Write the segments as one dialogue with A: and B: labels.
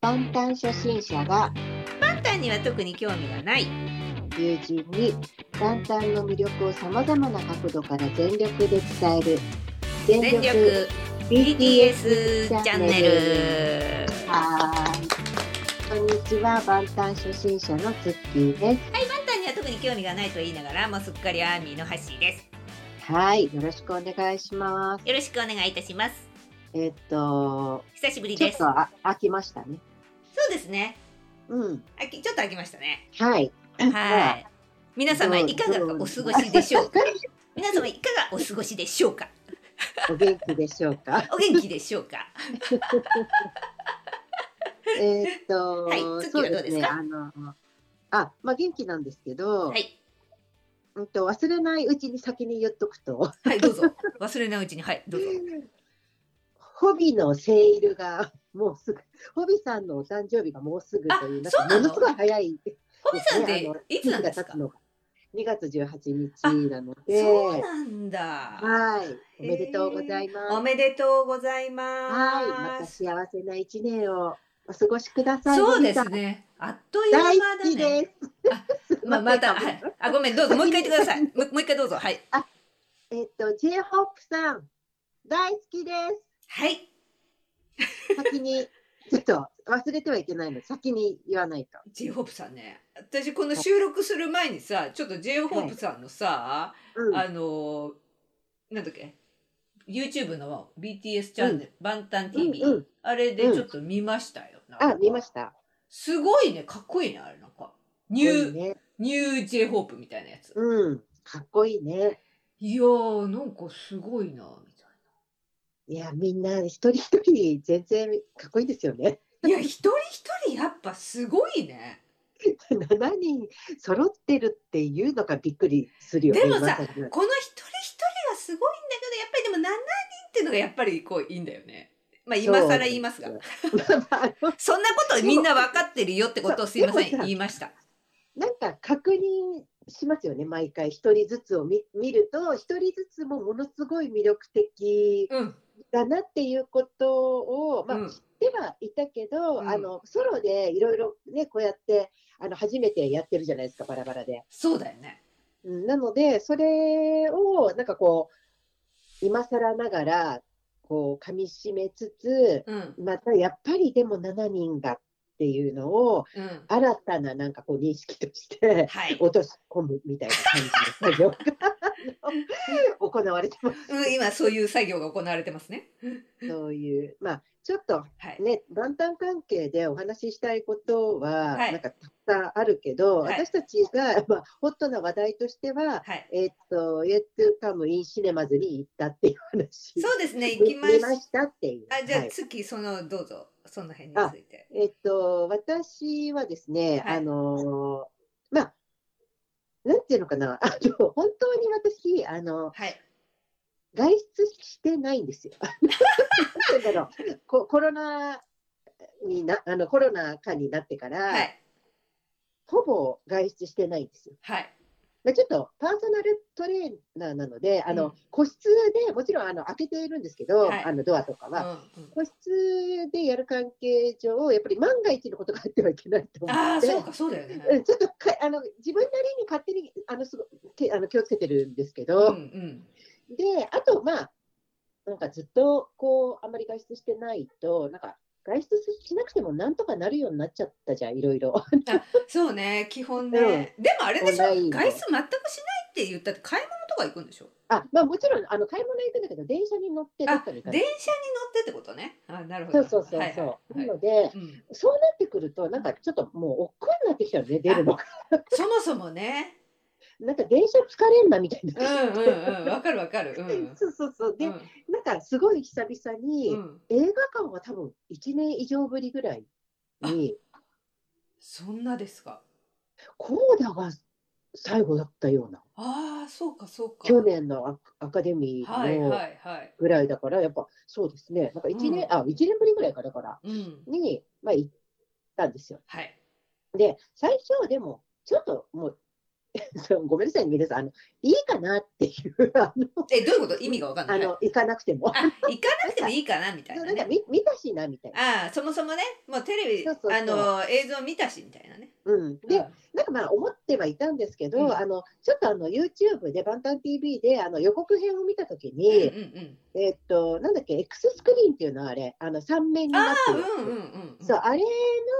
A: パンタン初心者が
B: パンタンには特に興味がない
A: 友人にパンタンの魅力をさまざまな角度から全力で伝える全
B: 全力 BTS チャンネル
A: はーいこんにちはパンタン初心者のツッキーで
B: はいパンタンには特に興味がないと言いながらもうすっかりアーミーのハッシーです
A: すはいよろしくお願いします
B: よろしくお願いいたします
A: えっと
B: 久しぶり
A: ちょっ
B: です
A: と
B: そう
A: あ飽きましたね
B: ですね
A: うん
B: あきちょっと飽きましたね
A: はい
B: はい皆様
A: どう
B: いかがお過ごしでしょうか 皆様いかがお過ごしでしょうか
A: お元気でしょうか
B: お元気でしょうか
A: えっと、
B: はいツッキーはどうですか
A: ねあのあまあ元気なんですけど、
B: はい
A: うんと忘れないうちに先に言っとくと
B: はいどうぞ忘れないうちにはいどうぞ
A: ホビのセールがもうすぐ、ホビさんのお誕生日がもうすぐという、
B: あそうな
A: んかも
B: の
A: のすごい早い、
B: ホビさんっ
A: ね
B: て
A: あの
B: いつなんです
A: 日が経
B: か
A: つのが2月
B: あ
A: 18日なので、
B: そうなんだ
A: はい、おめでとうござい
B: お
A: ます。
B: めでとうござい
A: はい、ま
B: ま
A: た
B: す。
A: 幸せな一年をお過ごしください。
B: そうで
A: ホ
B: す
A: ビさん。
B: ね。あっという間
A: 大
B: だ
A: 好き
B: ね。
A: です。
B: まあまた、はい、あごめんどうぞもう一回言ってください。もうもう一回どうぞはい
A: えっと、J ホップさん、大好きで
B: はい
A: す。先に、ちょっと忘れてはいけないので、先に言わないと。
B: J ホープさんね。私この収録する前にさちょっと J ホープさんのさ、
A: うん、
B: あのーなんだっけ YouTube の BTS チャンネル、バンタン TV、
A: うんうん
B: あれでちょっと見ましたよ。
A: あ、見ま
B: た。
A: した。
B: すごいねかっこいいねあれなんかニュー、
A: ね。
B: ニュー J ホープみたいなやつ。
A: うん、かっこいいね。
B: いやーなんかすごいなみたいな。
A: いや、みんな一人一人全然かっこいいですよね。
B: いや、一人一人やっぱすごいね。
A: 7人揃ってるっていうのがびっくりするよね。
B: でもさ
A: 今更
B: この一人一人はすごいんだけど、やっぱりでも7人っていうのがやっぱりこういいんだよね。まあ今更言いますが。
A: まああの
B: そんなことみんな分かってるよってことをすいません
A: でもさ
B: 言いました。
A: なんか確認しますよね、毎回一人ずつを見見ると、一人ずつもものすごい魅力的
B: うん。
A: だなっていうことを、まあ
B: うん
A: 知ってはいたけど、
B: うん
A: あのソロでいろいろね、こうやってあの初めてやってるじゃないですか、バラバラで。
B: そうだよね。
A: うんなので、それをなんかこう、今更ながらこう噛みしめつつ、
B: うん。
A: またやっぱりでも7人がっていうのを、
B: うん。
A: 新たななんかこう認識として、
B: はい。
A: 落とし込むみたいな感じの作業が あの行われてます。
B: うん、今そういう作業が行われてますね。
A: そういう、まあ、ちょっと
B: はい。
A: ね、万端関係でお話ししたいことは、
B: はい
A: なんかたくさんあるけど、
B: はい
A: 私たちが、まあ、ホットな話題としては、
B: はい。
A: えっと、Yet to Come in Cinemas に行ったっていう話。
B: そうですね。行きまし
A: 見ましたっていう。
B: あ、じゃあ
A: はい
B: 月そのどうぞその辺について。
A: えっと、私はですね、
B: はい
A: あのーまあ、なんていうのかな、 あの、本当に私、あの、
B: はい。
A: 外出してないんですよ。 なんていうんだろうココロナにな、あの、コロナ禍になってから、
B: はい。
A: ほぼ外出してないんですよ。
B: はい。
A: でちょっとパーソナルトレーナーなので、あの
B: うん
A: 個室でもちろんあの開けているんですけど、
B: はい
A: あのドアとかは、
B: うんうん。
A: 個室でやる関係上、やっぱり万が一のことがあってはいけないと思
B: あ
A: っ
B: あ、
A: て、
B: そうか、そうだよね。
A: うんちょっとかあの自分なりに勝手にあのすごけあの気をつけてるんですけ
B: うんう
A: ど、
B: ん。
A: であと、まあ、なんかずっとこうあんまり外出してないと、なんか外出しなくてもなんとかなるようになっちゃったじゃん、いろいろ。
B: そうね、基本ね。でもあれでしょ、
A: オンラ
B: 外
A: イ
B: 出
A: ンで
B: 全くしないって言ったって買い物とか行くんでしょ
A: あまあ、もちろんあの買い物行くんだけど、電車に乗ってどっ
B: あ、
A: か
B: 電
A: に
B: 車
A: 行
B: に乗
A: か
B: ってってことね。あ、なるほ
A: そ
B: ど。
A: うそうそうそう。
B: はいはいは
A: な
B: い
A: ので、
B: うん
A: そうなってくると、なんかちょっともう億劫になってきたのね、出るのが。
B: そもそもね。
A: なんか電車疲れんなみたい
B: うん
A: な。
B: うんうん。わかるわかる。うん。う ん
A: そうそうそう。で、
B: う
A: なんかすごい久々に、
B: ん。
A: 映画館は多分1年以上ぶりぐらいに、
B: そんなですか。
A: コーダが最後だったような、
B: ああ、そうかそうか。
A: 去年のアアカデミ
B: はい
A: ー
B: は
A: の
B: いはい。
A: ぐらいだから、やっぱそうですね、なんか1年、
B: うん
A: あ、1年ぶりぐらいかだから、
B: うん。
A: に、まあ行ったんですよ。
B: はい。
A: で、最初はでも、ちょっともう、 そうごめんなさいね、皆さん、あのいいかなっていう、 あの、
B: え、どういうこと意味がわかんな
A: あ
B: い。
A: の行かなくて も、
B: あ、行かなくてもいいかなみたい
A: そう
B: な
A: なんか
B: ね。
A: 見見たしなみたいな。
B: ああ、そもそもね、もうテレビ、
A: そうそうそう
B: あの、映像見たしみたいなね。
A: うん、で、
B: うん
A: なんかまあ思ってはいたんですけど、
B: うん
A: あのちょっとあの YouTube で、バンタン TV であの予告編を見たとき
B: うんうん
A: に、
B: うん。
A: えーっと、なんだっけ、X スクリーンっていうのはあれ、あの3面になっ
B: ああ、
A: て
B: うん
A: る
B: う
A: やつ、
B: んうんうん。
A: そう、あれ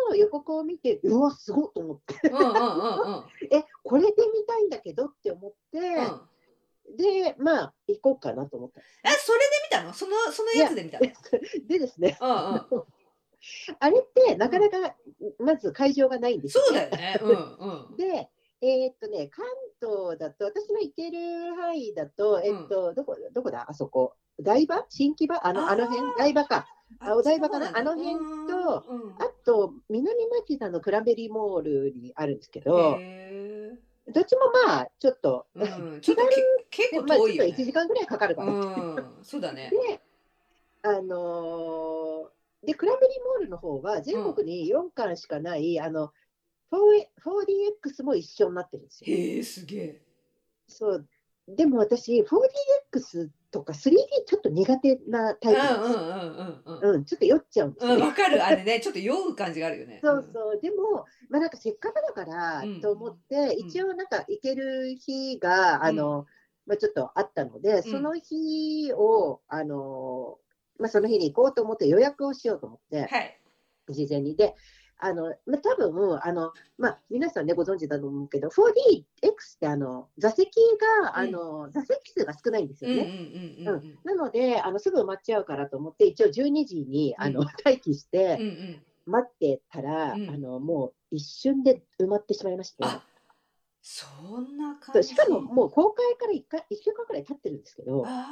A: の予告を見て、うわ、すごいと思って、
B: うんうんうんうん。
A: え、これで見たいんだけどって思って、
B: うん。あ、
A: で、まあ、行こうかなと思った
B: それで見たのその、そのやつで見たの
A: んです。でですね、
B: うんうん。
A: あれってなかなか、まず会場がないんです
B: そう
A: ね。
B: だよね。うんうん。
A: で、えーっとね、関東だと、私の行ける範囲だと、えっと、どこ、どこだ、あそこ。台場新木場あの、
B: あー
A: あの辺台場か。 あお台場かな
B: そうなんだ
A: あの辺と
B: うんうん
A: あと、南町田のクランベリーモールにあるんですけど、
B: へ
A: どっちもまあ、ちょっと、
B: え うんちょっとけ結構
A: まあ、ちょ
B: 遠
A: っ
B: い
A: と
B: よ
A: 1時
B: ね。
A: 間ぐらいかかるかな。
B: うん、そうだね。
A: で、あのーで、クランベリーモールの方は、全国に4巻しかない、あの、4A- 4DX も一緒になってるんですよ。
B: へえ、すげえ。
A: そう。でも私、4DX とか 3D ちょっと苦手なタ
B: うん
A: イプ
B: う
A: なん
B: ん
A: ですよ。
B: うんうん。
A: うん、ちょっと酔っちゃうんです
B: う
A: よ
B: ん、
A: ね。
B: わかる。あれね、ちょっと酔う感じがあるよね。
A: そうそう。でも、まあなんかせっかくだから
B: うん
A: と思って、
B: うん
A: 一応なんか行ける日が、あの、まあちょっとあったので、その日を、あの、まあその日に行こうと思って予約をしようと思って
B: うん。、はい。
A: 事前に。で、あの、まあ、多分、あの、まあ、皆さんね、ご存知だと思うけど、4DX って、あの、座席が、あの、座席数が少ないんです
B: うん
A: よ
B: うん
A: ね。
B: うんうんうん。
A: なので、あの、すぐ埋まっちゃうからと思って、一応12時に、あの、
B: うん
A: 待機し
B: うんう
A: て、
B: ん。
A: 待ってたら、
B: うん
A: あの、もう一瞬で埋まってしまいまして。
B: あ、そんな
A: そ
B: 感
A: う
B: じ。
A: しかも、もう公開から1か一週間くらい経ってるんですけど、
B: あ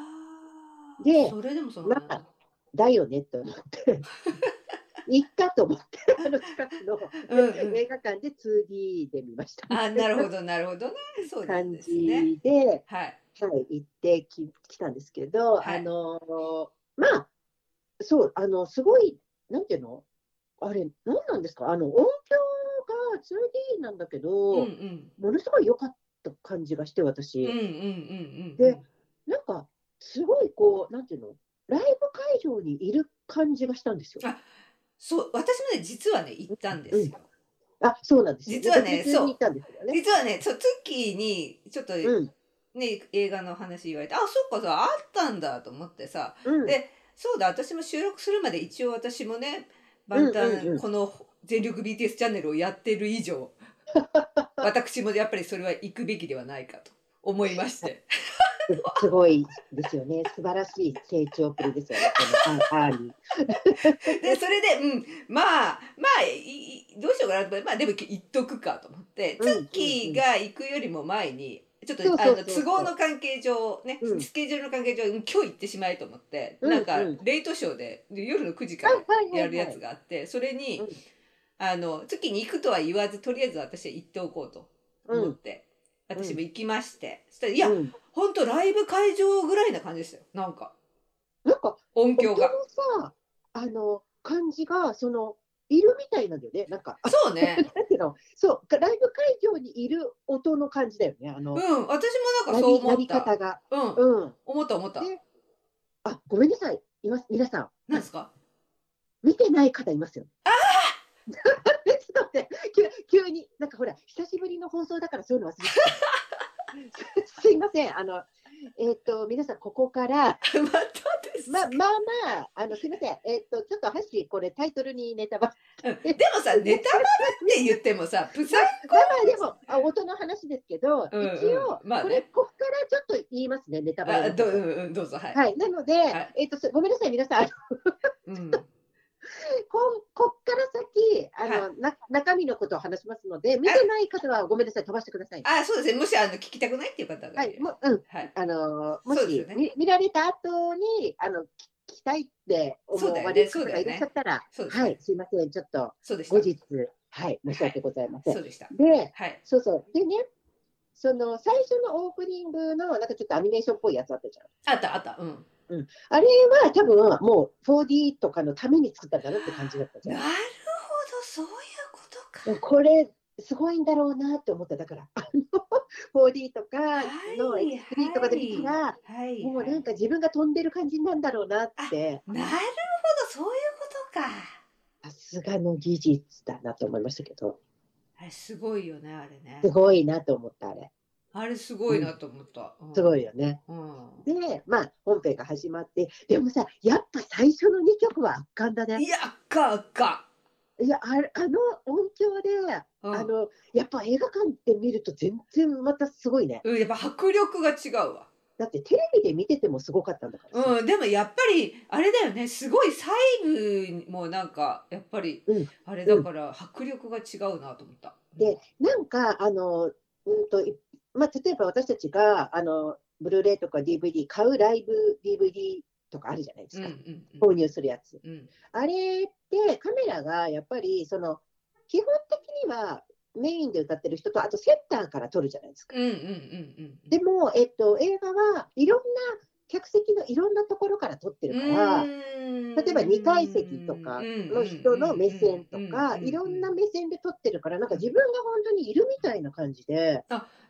B: あ。
A: で
B: それでもその。
A: まあだよねと思って、 いっかと思って、あの近くの
B: うんうん
A: 映画館で 2D で見ました。
B: あ、なるほど、なるほどね。そうなん
A: 感
B: で
A: じ
B: すね。
A: で、
B: はい。
A: はい、行ってき来たんですけど、
B: はい
A: あのーまあそうあのすごいなんていうのあれ何なんですかあの音響が 2D なんだけ
B: うん
A: ど、
B: うん。
A: ものすごい良かった感じがして私、
B: うんうんうんうんうん。
A: でなんかすごいこうなんていうのライブ会場にいる感じがしたんですよ。
B: あそう私もね実はね行ったんですよ、
A: あそうなんですよ
B: 実はね
A: 私普通に行ったんですけどね。
B: 実はねそうツッキーにちょっとね、
A: うん
B: 映画の話言われてあそっかさあったんだと思ってさ
A: うん
B: でそうだ私も収録するまで一応私もね万
A: う
B: 端、
A: んうんうん
B: この全力 BTS チャンネルをやってる 以上私もやっぱりそれは行くべきではないかと思いまして
A: すごいですよね。素晴らしい成長っぷりですよね。このアーアーリー
B: でそれで、うん、まあまあいいどうしようかなと思って、まあ、でも言っとくかと思って、
A: うんうんうん
B: ツッキーが行くよりも前にちょっと
A: そうそうそう
B: あの都合の関係上ね、
A: うん
B: スケジュールの関係上うん今日行ってしまえと思って、
A: うん
B: なんか
A: うん
B: レイトショーでで夜の9時からや
A: や
B: るやつがあって、それに、
A: うん
B: あのツッキーに行くとは言わずとりあえず私は行っておこうと思って、
A: うん
B: 私も行きまして、そしたらい
A: い
B: や、ほんとライブ会場ぐらいな感じでしたよなんか
A: なんか
B: 音
A: 音
B: 響
A: の
B: が。
A: さあの感じがそのいるみたいなんだよねなんかあ
B: そうね
A: なんていうのそうライブ会場にいる音の感じだよねあの、
B: うん、私もなんか
A: な
B: そう
A: りな
B: 思っ
A: り
B: た。
A: 方が
B: うん、
A: うん
B: 思った思った。
A: であごめんなさいいます皆さん
B: なんで すか。
A: 見てない方いますよああ ちょっと待って急急になんかほら久しぶりの放送だからそういうの忘れてた すいませんあのえっ、と皆さんここから
B: またです。
A: ままあまあ、あのすみません、えっとちょっと箸、これタイトルにネタバレ。
B: うんでもさ、ネタバレって言ってもさ、プサンコ
A: まあまあ、でも、あ音の話ですけど、
B: うんうん
A: 一応、
B: まあ
A: こ
B: ね
A: れ、ここからちょっと言いますね、ネタバ
B: あ、
A: レの
B: ど
A: こ
B: う、
A: と。
B: うんうん、どうぞ、はい。
A: はい、なので、
B: はい
A: えっとすごめんなさい、皆さん、あの
B: うん、
A: ここっから先あの、
B: は
A: な、中身のことを話しますので、見てない方はごめんなさい、飛ばしてください。
B: あ、そうですね。もしあの聞きたくないっていう方が、
A: はい、もう、うん、
B: はい。
A: あのも
B: そう
A: し、
B: ですよね
A: み見られた後にあの聞きたいって思
B: そう
A: わ
B: だよね
A: れる方がいらっしゃったら、
B: そうですね
A: はい、すいません、ちょっと
B: そうでした
A: 後。日、はい、申し訳ございません
B: そ。うでした。
A: で、
B: はい。
A: そうそう。でね、その最初のオープニングのなんかちょっとアニメーションっぽいやつあったじゃん。
B: あったあった。うん。
A: あれは多分もう 4D とかのために作ったんだなって感じだったじ
B: な
A: ゃ
B: る
A: ん。
B: ほど、そういうことか。
A: これすごいんだろうなって思っただからあの 4D とかの
B: はい
A: X3 とかで見たら、
B: はい、
A: もう
B: は
A: ないんか自分が飛んでる感じなんだろうなって
B: なるほどそういうことか
A: さすがの技術だなと思いましたけど
B: あれすごいよねあれね
A: すごいなと思ったあれ
B: あれすごいなと思った、うん
A: すごいよね。
B: うん
A: でまあ本編が始まってでもさやっぱ最初の2曲は圧巻だね
B: いやかか、
A: いやあれあの音響で
B: うん、
A: あのやっぱ映画館で見ると全然またすごいね
B: うんやっぱ迫力が違うわ
A: だってテレビで見ててもすごかったんだからさ、
B: うん、でもやっぱりあれだよねすごい細部もなんかやっぱり
A: うん
B: あれだから迫力が違うなと思った。
A: でなんかあのうんと、いまあ、例えば私たちがあのブルーレイとか DVD 買うライブ DVD とかあるじゃないで
B: う
A: す
B: んう
A: か、
B: んうん
A: 購入するやつ
B: うん
A: あれってカメラがやっぱりその基本的にはメインで歌ってる人とあとセンターから撮るじゃないですか
B: うんうんうんうん
A: でも、えっと、映画はいろんな客席のいろんなところから撮ってるから、
B: 例
A: 例えば2階席とかの人の目線とか、いろんな目線で撮ってるから、なんか自分が本当にいるみたいな感じで、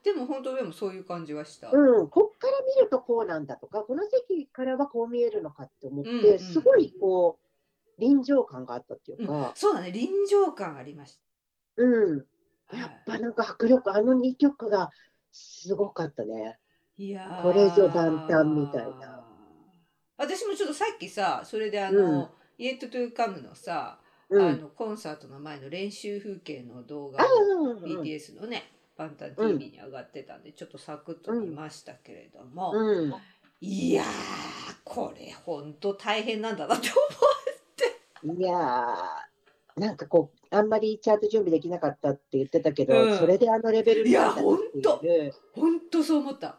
B: でも本当でもそういう感じはした。
A: うん、こっから見るとこうなんだとか、この席からはこう見えるのかって思っ
B: うんうん
A: て、すごいこう、臨場感があったっていうか、
B: そうだね臨場感ありまし
A: うん、
B: た。
A: やっぱなんか迫力、あの2曲がすごかったね。
B: いやー
A: これぞ元旦みたいな。
B: 私もちょっとさっきさそれであの、
A: うん
B: イエットトゥーカムのさ
A: う
B: あ
A: ん。
B: のコンサートの前の練習風景の動画
A: あ
B: が
A: うんうん
B: BTS のね「バンタン
A: うん
B: TV」に上がってたんでちょっとサクッと見ましたけれども、
A: うん。うん
B: いやーこれほんと大変なんだなって
A: いやー、なんかこう、あんまりチャート準備できなかったって言ってたけど、
B: うん
A: それであのレベルになったって
B: いやほん
A: いう
B: 思うほんとそう思った。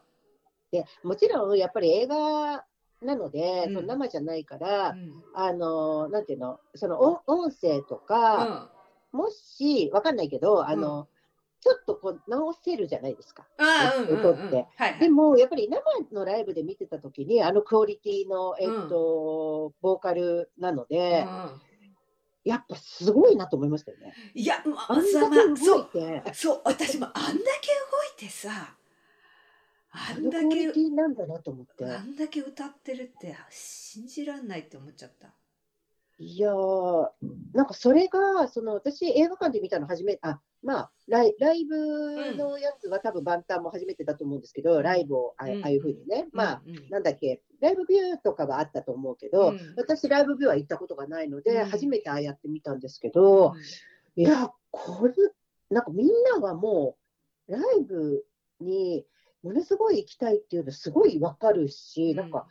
A: で、もちろんやっぱり映画なので、
B: うん
A: その生じゃないか
B: う
A: ら、
B: ん
A: あのー、なんていうの、その音音声とか、
B: あ
A: もし、わかんないけど、あの、ちょっとこう直せるじゃないですか。
B: あーうんうんうん
A: 撮って
B: はいは
A: で
B: い
A: も、やっぱり生のライブで見てた時に、あのクオリティの、えっと、ボーカルなので、
B: うん
A: やっぱすごいなと思いましたよね。
B: いやま
A: あんだ
B: ざま
A: け
B: そ
A: 動いうて。
B: そう私もあんだけ動いてさあ
A: あ
B: ん
A: の
B: だ
A: クオリ
B: け
A: ティなんだなと思って。
B: あんだけ歌ってるって信じらんないって思っちゃった。
A: いやー、なんかそれが、その私、映画館で見たの初め、あまあライ、ライブのやつは多分、バンタンも初めてだと思うんですけど、ライブをあ,、
B: うん
A: ああいうふうにね、まあ、
B: うんうん
A: なんだっけ、ライブビューとかはあったと思うけど、
B: うん
A: 私、ライブビューは行ったことがないので、
B: うん
A: 初めてああやって見たんですけど、
B: うん
A: いや、これ、なんかみんなはもう、ライブにものすごい行きたいっていうの、すごいわかるし、なんか、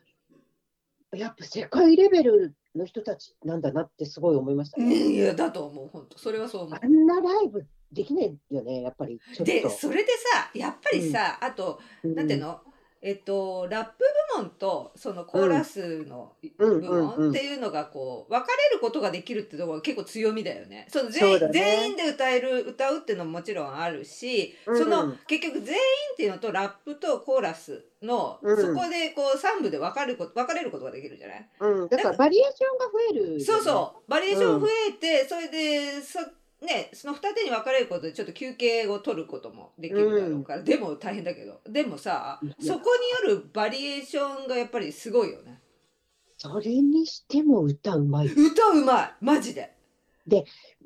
A: やっぱ世界レベルの人たちなんだなってすごい思いました
B: う
A: ね。
B: ん、いやだと思う本当それはそう思
A: あんなライブできないよね、やっぱりちょ
B: う。
A: っと。
B: でそれでさやっぱりさ、あと
A: うん
B: なんていうの、えっとラップ部門とそのコーラスの
A: うん
B: 部
A: うんう
B: 門
A: ん
B: っていうのがこう分かれることができるってところが結構強みだよね。その全
A: そ
B: 員
A: うだね
B: 全員で歌える歌うっていうのももちろんあるし、
A: うん
B: その結局全員っていうのとラップとコーラスの、
A: うん
B: そこでこう3部で分かること分かれることができるじゃない
A: うん、だからバリエーションが増えるよね、
B: そうそうバリエーション増えて、それでそ,、ね、その二手に分かれることでちょっと休憩を取ることもできるだろうから、でも大変だけどでもさ
A: いや
B: そこによるバリエーションがやっぱりすごいよね
A: それにしても歌うまい。
B: 歌うまいマジで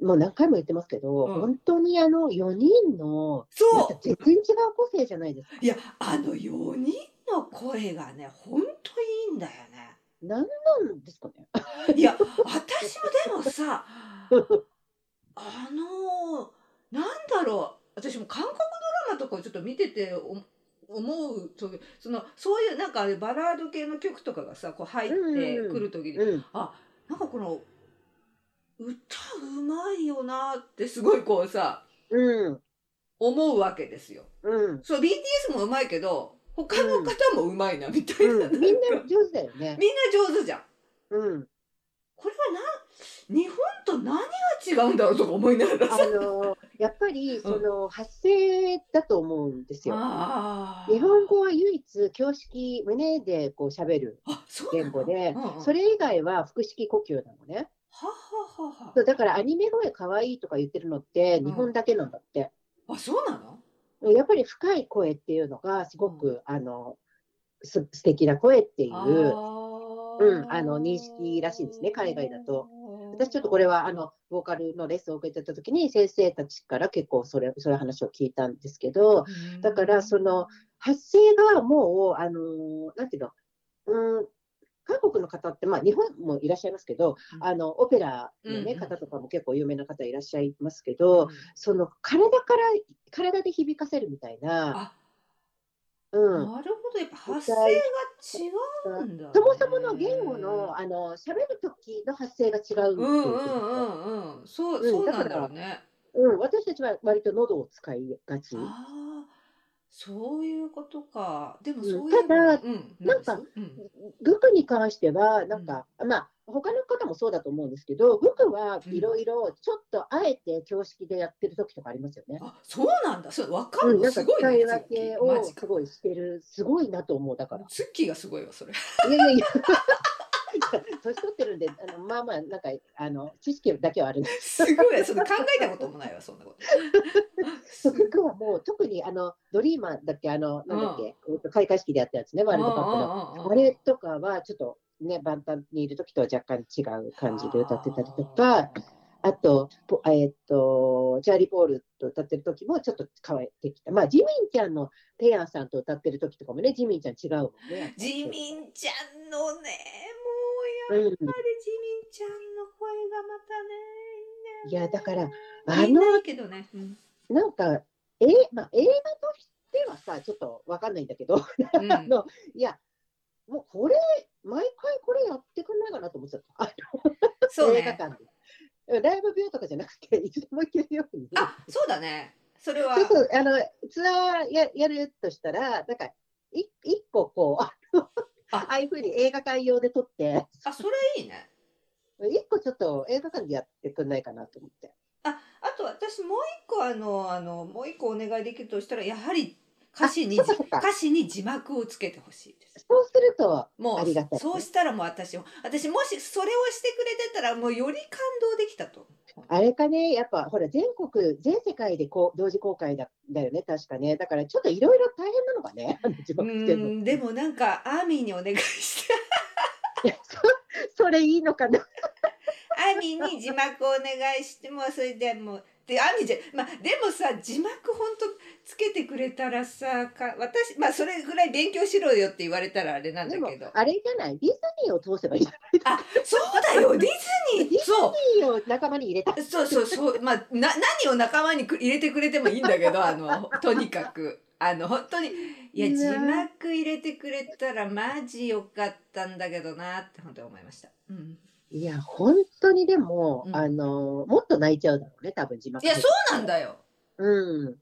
A: もう何回も言ってますけど、
B: うん
A: 本当にあの4人の、また
B: そ
A: 全然違う個性じゃないですか。
B: ういやあの4人の声がねほんといいんだよね
A: 何なんですかね。
B: いや私もでもさあのーなんだろう私も韓国ドラマとかをちょっと見ててお思うそうそのそういうなんかあれバラード系の曲とかがさこう入ってくる時に、
A: うん、
B: なんかこの歌うまいよなってすごいこうさ
A: うん、
B: 思うわけですよ。
A: うん。
B: そう BTS もうまいけど他の方もうまい なみたいな,、
A: うん、みんな上手だよね。
B: みんな上手じゃん。
A: うん。
B: これはなん日本と何が違うんだろうとか思いながら
A: あ
B: さ。
A: のやっぱりその発声だと思うんですよ。
B: あー
A: 日本語は唯一教式胸でこう喋る
B: あ、そうな
A: 言
B: の
A: 語で
B: うんうん、
A: それ以外は腹式呼吸なのね。
B: はははは
A: そうだからアニメ声可愛いとか言ってるのって日本だけなんだって。
B: あ、そうなの？
A: やっぱり深い声っていうのがすごく、あのす素敵な声っていううんあの認識らしいですね海外だと。私ちょっとこれはあのボーカルのレッスンを受けてた時に先生たちから結構それそういう話を聞いたんですけどだからその発声がもうあのなんていうのうん韓国の方って、まあ、日本もいらっしゃいますけど、
B: うん
A: あのオペラの、
B: うんう
A: ね、
B: ん
A: 方とかも結構有名な方いらっしゃいますけど、その体から体で響かせるみたいな、
B: あ
A: うん、
B: なるほどやっぱ発声が違うんだね
A: そもそもの言語のあの喋る時の発声が違うっていうう、
B: んうんうんうんそう
A: うん
B: そうなんだろうね
A: うん私たちは割と喉を使いがち。
B: ああそういうことかでも
A: うん
B: そうい
A: た
B: う
A: だ
B: うん
A: なんか
B: うん
A: グクに関してはなんか、まあ他の方もそうだと思うんですけど、グクはいろいろちょっとあえて教式でやってる時とかありますよね。
B: あそうなんだそれわか
A: う
B: る
A: ん、な
B: の
A: んか
B: すごい
A: 使
B: ね
A: い分けを
B: マジ
A: す
B: か
A: ごいしてる、すごいなと思う、だから。
B: ツッキーがすごいわ それ
A: いやいやいや。年取ってるんで、あのまあまあ、なんか、あの知識だけはあるんです
B: すごいその考えたこともないわそんなこと す
A: けど、僕はもう特にあのドリーマーだっけ、あの、なんだっけ、えっと開会式でやったやつね、ワールドカップの。あれとかは、ちょっとね、万端にいる時とは若干違う感じで歌ってたりとか、あと、ポえっと、チャーリー・ポールと歌ってる時もちょっと変えてきた。まあ、ジミンちゃんのペヤンさんと歌ってる時とかもね、ジミンちゃん違うもんね。
B: ジミンちゃんのねもうやっ
A: うん。
B: ぱりジミンちゃんの声がまたねいんだよね
A: いやだからあ
B: みんない
A: の
B: いけどね、うん
A: なんか、えまあ、映画としてはさ、ちょっとわかんないんだけど、
B: うん
A: あのいや、もうこれ、毎回これやってくんないかなと思っちゃった。あ
B: そう
A: 映画
B: ね
A: 館で。ライブビューとかじゃなくて、いつでも行けるように。
B: あそうだねそれは
A: そうそうあのツアーややるとしたら、なんか、い一個こう、 あの
B: あ
A: ああいうふうに映画館用で撮って、
B: あそれいいね
A: 一個ちょっと映画館でやってくんないかなと思って。
B: ああと私もう一個あのあのもう一個お願いできるとしたらやはり歌詞に
A: あ
B: じ
A: そうか
B: 歌詞に字幕をつけてほしいです
A: そうすると、
B: も
A: ありがた
B: う
A: い
B: そうしたらもう私私もしそれをしてくれてたらもうより感動できたと思う
A: あれかね、やっぱほら、全国、全世界でこう同時公開だだよね、確かね。だからちょっといろいろ大変なのかね、 あの字
B: う
A: 幕つけるの
B: ーんでもなんかアーミーにお願いして
A: いやそそれいいのかな。
B: アーミーに字幕をお願いしてもうそれでもうでアーミーじゃまあでもさ字幕ほんとつけてくれたらさか私まあそれぐらい勉強しろよって言われたらあれなんだ
A: でも
B: けど、
A: あれじゃない、ディズニーを通せばいいじゃない。
B: そうだよディズニ
A: ディ
B: ー
A: ズ
B: そう
A: ニーを仲間に入れた。
B: そうそうそう、まあ、な、何を仲間にく入れてくれてもいいんだけど、あの、とにか く。あの、本当に、いや、
A: うわ
B: 字幕入れてくれたら、マジよかったんだけどなって、本当に思いました。うん。
A: いや、本当にでも、
B: うん
A: あの、もっと泣いちゃうだろうね、多分字幕
B: いや、そうなんだよ。
A: うん。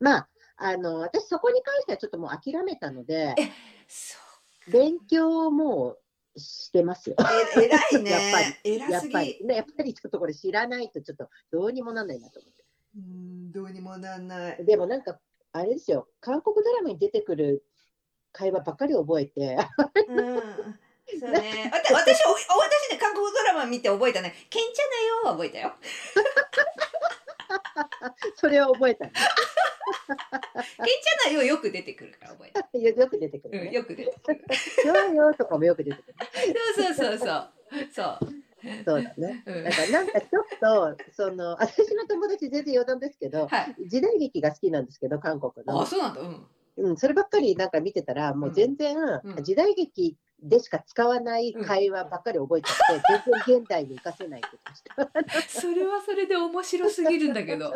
A: まあ、あの、私そこに関してはちょっともう諦めたので、
B: そ
A: 勉強をもうしてますよ。
B: う。え、偉いね。
A: やっぱ
B: 偉
A: やっ
B: す
A: ぱり
B: ぎ。、
A: ね、やっぱりちょっとこれ知らないとちょっとどうにもなんないなと思っ
B: うん、どうにもなんない
A: て。。 でもなんか、あれですよ、韓国ドラマに出てくる会話ばっかり覚えて、
B: うん。そうね。わた私、お私ね、韓国ドラマ見て覚えたね。けんちゃなよは覚えたよ。
A: それを覚えたの。
B: けんちゃなよよく出てくるから覚えた。
A: よよく出てく
B: う
A: る、
B: ん、
A: ね。
B: よく出てくる。
A: 弱いよとかもよく出てくる。
B: そうそうそうそう。そう。
A: そうだね。
B: う
A: だからなんかちょっと、その、私の友達全然余談ですけど、
B: はい。
A: 時代劇が好きなんですけど、韓国の
B: あ、。そうなんだ。うん。
A: うん、そればっかりなんか見てたら、もう全然、
B: うん
A: 時代劇でしか使わない会話ばっかり覚えちゃって、全然現代に活かせないことでした。
B: それはそれで面白すぎるんだけど。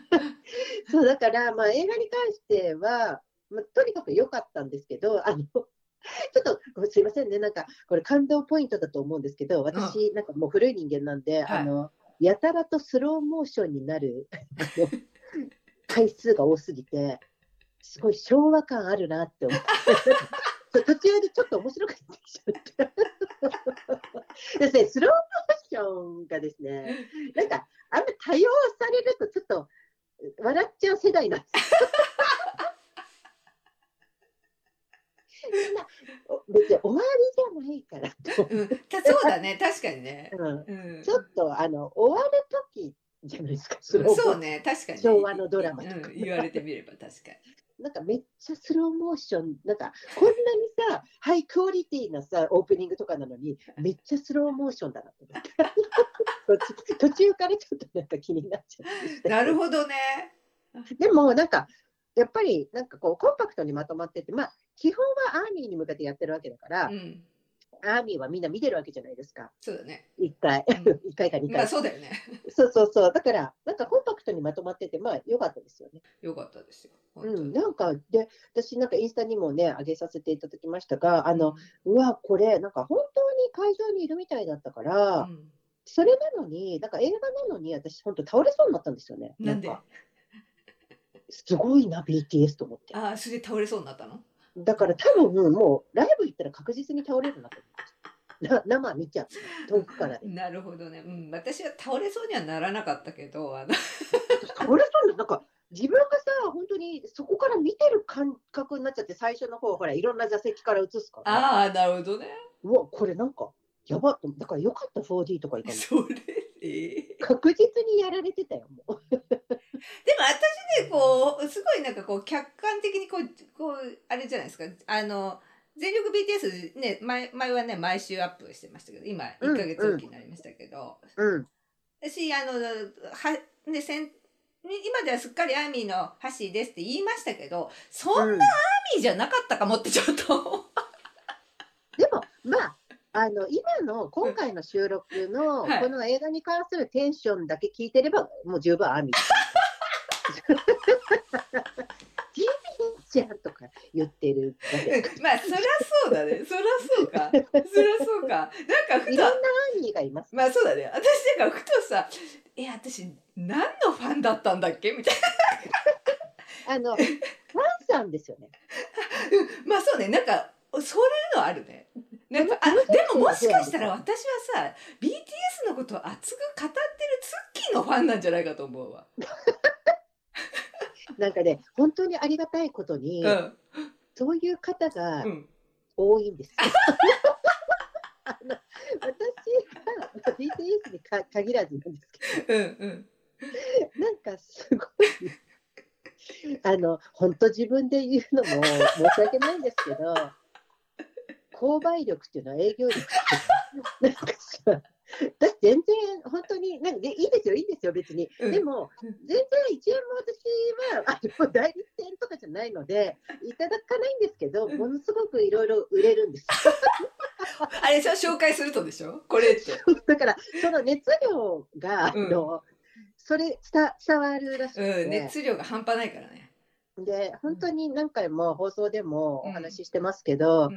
A: そう、だから、まあ、映画に関しては、まあ、とにかく良かったんですけど、あの、ち ょっとすいませんね、なんかこれ感動ポイントだと思うんですけど、私、なんかもう古い人間なんで、
B: はい
A: あの、やたらとスローモーションになる あの回数が多すぎて、すごい昭和感あるなって 思って、途中でちょっと面白くなってきちゃって。 ですね、スローモーションがですね、なんかあんま多用されるとちょっと笑っちゃう世代なん ですよ。みんなお別に終わりじゃないからと、
B: うん、たそうだね、確かにね。
A: うん
B: うん
A: ちょっとあの終わる時じじゃないですか。それを
B: そうね確かに
A: 昭和のドラマとか
B: うん、言われてみれば 確かに
A: なんかめっちゃスローモーション、なんかこんなにさ、ハイクオリティなさ、オープニングとかなのに、めっちゃスローモーションだなと思って。途中途中からちょっとなんか気になっちゃって。
B: なるほどね
A: でもなんか、やっぱりなんかこうコンパクトにまとまってて、まあ基本はアーミーに向かってやってるわけだから
B: う、ん
A: アーミーはみんな見てるわけじゃないですか。
B: そうだね
A: 一回、
B: うん
A: 一回か二
B: まあ
A: 回。
B: そうだよね
A: そうそうそう。だから、なんかコンパクトにまとまってて、まあ良かったですよね。
B: よかったですよ本当に
A: うん、なんかで私なんかインスタにもね上げさせていただきましたがあの、
B: うん
A: うわこれなんか本当に会場にいるみたいだったから、
B: うん
A: それなのになんか映画なのに私本当倒れそうになったんですよね
B: なんで
A: かすごいな BTS と思って
B: ああそれで倒れそうになったの
A: だから多分もうライブ行ったら確実に倒れるなと思ってな生見ちゃって遠くからで
B: なるほどね、うん、私は倒れそうにはならなかったけどあの
A: 倒れそうになったなんか自分がさ本当にそこから見てる感覚になっちゃって最初の方ほらいろんな座席から映すから
B: ああなるほどね
A: うわこれなんかやばっとだからよかった 4D とかいかない
B: それえー
A: 確実にやられてたよもう
B: でも私ねこうすごいなんかこう客観的にこうこうあれじゃないですかあの全力 BTS ね前前はね毎週アップしてましたけど今
A: うん
B: 1か月おきになりましたけど、
A: うん
B: 私あのはねせん今ではすっかりアーミーのハッシーですって言いましたけどそんなアー
A: うん
B: ミーじゃなかったかもってちょっと、
A: でもまああの今の今回の収録の
B: はい
A: この映画に関するテンションだけ聞いてればもう十分アーミージミーちゃんとか言ってるだけ
B: まあそりゃそうだねそりゃそうかそりゃそうかなんかふ
A: い
B: と
A: ろんなアーミーがいます
B: まあそうだね私なんかふとさ「え私何のファンだったんだっけ?」みたいな
A: あのワンさんですよね
B: まあそうねなんかそういうのあるねなんかあ
A: でも
B: でももしかしたら私はさ BTS のことを熱く語ってるツッキーのファンなんじゃないかと思うわ、
A: なんかね本当にありがたいことに、
B: うん
A: そういう方が
B: うん、
A: 多いんです。あの私が BTS にか限らずなんですけ
B: うんうん
A: ど、なんかすごい。あの本当自分で言うのも申し訳ないんですけど購買力っていうのは営業力っていうのなんかさ私全然本当になんかでいいですよいいんですよ別に
B: うん
A: でも全然一円も私はあの代理店とかじゃないのでいただかないんですけどものすごくいろいろ売れるんです
B: あれさ紹介するとでしょこれって
A: だからその熱量が、
B: うん
A: あのそれ伝伝わるらしくて、
B: うん熱量が半端ないからね、
A: で本当に何回も放送でも
B: うん
A: お話ししてますけど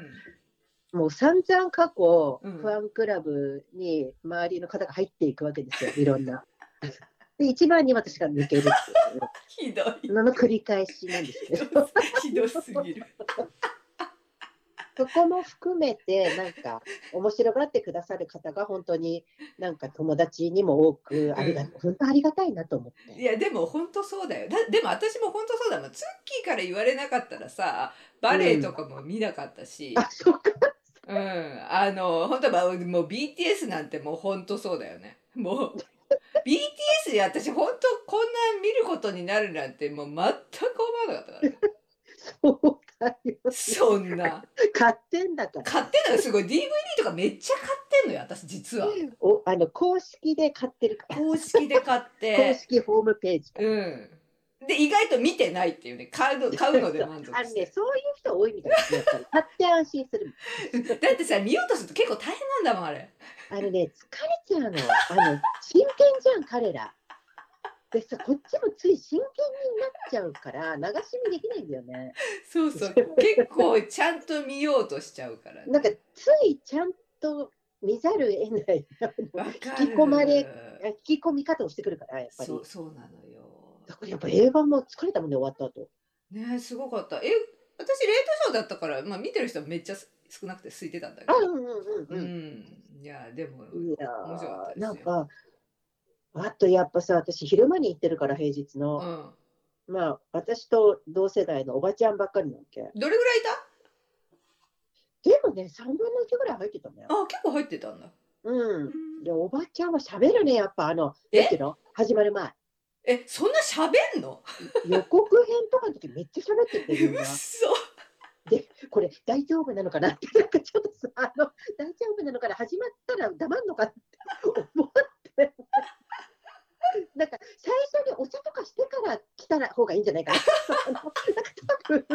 B: う、ん、
A: もう散々過去、
B: うん
A: ファンクラブに周りの方が入っていくわけですよいろんな。 で一番に私が抜けるってい
B: ひどいう
A: のの繰り返しなんですけど
B: ひどす ぎる
A: そこも含めてなんか面白がってくださる方が本当になんか友達にも多くありが、
B: うん
A: 本当ありがたいなと思って。
B: いやでも本当そうだよだでも私も本当そうだもんツッキーから言われなかったらさバレエとかも見なかったし、
A: あそっか
B: うん、あの本当まあもう BTS なんてもう本当そうだよねもう BTS で私本当こんな見ることになるなんてもう全く思わなかったからね
A: そうだよ。
B: そんな
A: 買ってんだから。
B: 買ってんのがすごい DVD とかめっちゃ買ってんのよ私実は
A: おあの公式で買ってるから。
B: 公式で買っ
A: 公
B: て
A: 式ホームページ。
B: うんで意外と見てないっていうね買うの買うので満 足
A: あの
B: し
A: ね
B: て、
A: そういう人多いみたいですねやっぱり買って安心する。
B: だってさ見ようとすると結構大変なんだもんあれ
A: あのね、疲れちゃうの。あの、真剣じゃん、彼ら。でさ、こっちもつい真剣になっちゃうから、流し見できないんだよね。
B: そ うそう結構ちゃんと見ようとしちゃうからね
A: なんか、ついちゃんと見ざるを得ない、
B: わか
A: 引
B: る
A: き込まれ引き込み方をしてくるから、やっぱり
B: そ。うそうなのよ
A: だからやっぱ映画も疲れたもんね、終わった後。
B: ねすごかったえ私レイトショーだったから、まあ、見てる人はめっちゃす少なくて空いてたんだけ
A: あ、
B: ど
A: うんうんうんうん。
B: いやでも
A: いや
B: 面白かった
A: ー
B: ですよ
A: なんかあとやっぱさ私昼間に行ってるから平日
B: う
A: の、
B: ん
A: まあ私と同世代のおばちゃんばっかりなわけ
B: どれぐらいいた
A: でもね3分の1ぐらい入ってたね
B: あ結構入ってたんだ
A: うんでおばちゃんは喋るねやっぱあの
B: え
A: なんていうの始まる前。
B: え、そんな喋んの
A: 予告編とかの時めっちゃ喋ってて、みんな。
B: 嘘
A: で、これ大丈夫なのかなって、なんかちょっとさ、あの、大丈夫なのかな始まったら黙んのかって思って。なんか最初にお茶とかしてから来たら方がいいんじゃないかな。あのなんか多分、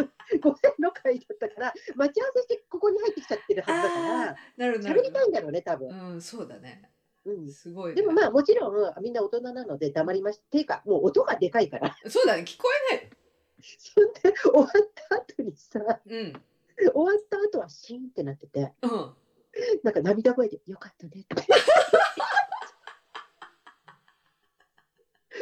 A: 午前の会だったから、待ち合わせしてここに入ってきちゃってるはずだから、
B: なるほど
A: 喋
B: なるほ
A: り
B: ど
A: たいんだろうね、多分。
B: うん、そうだね。
A: うん、
B: すごいね、
A: でもまあもちろんみんな大人なので黙りました。ていうかもう音がでかいから。
B: そうだね、聞こえない。
A: そんで終わった後にさ、
B: う
A: 終
B: ん。
A: わった後はシーンってなってて、
B: うん。
A: なんか涙声でよかったねっ て。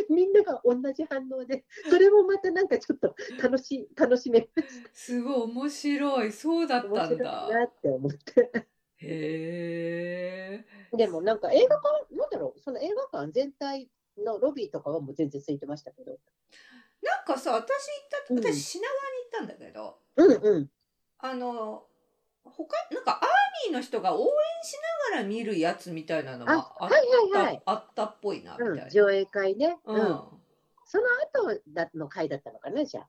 A: みんなが同じ反応で、それもまたなんかちょっと楽しい、楽しめ
B: すごい面白い。そうだっ
A: 面
B: た
A: 白い
B: ん
A: な
B: だ。
A: って思って。
B: へえ。
A: でもなんか映画館、なんだろう、その映画館全体のロビーとかはもう全然空いてましたけど。
B: なんかさ、私行った、
A: うん
B: 私品川に行ったんだけど、
A: うんうん。
B: あの、他、なんかアーミーの人が応援しながら見るやつみたいなの
A: あ、
B: があ
A: は
B: っ
A: い
B: た、
A: はいはい。
B: あったっぽいな、み
A: うん、
B: たいな。
A: 上映会ね。
B: うん。う
A: うん
B: ん
A: その後だの回だったのかな、じゃあ。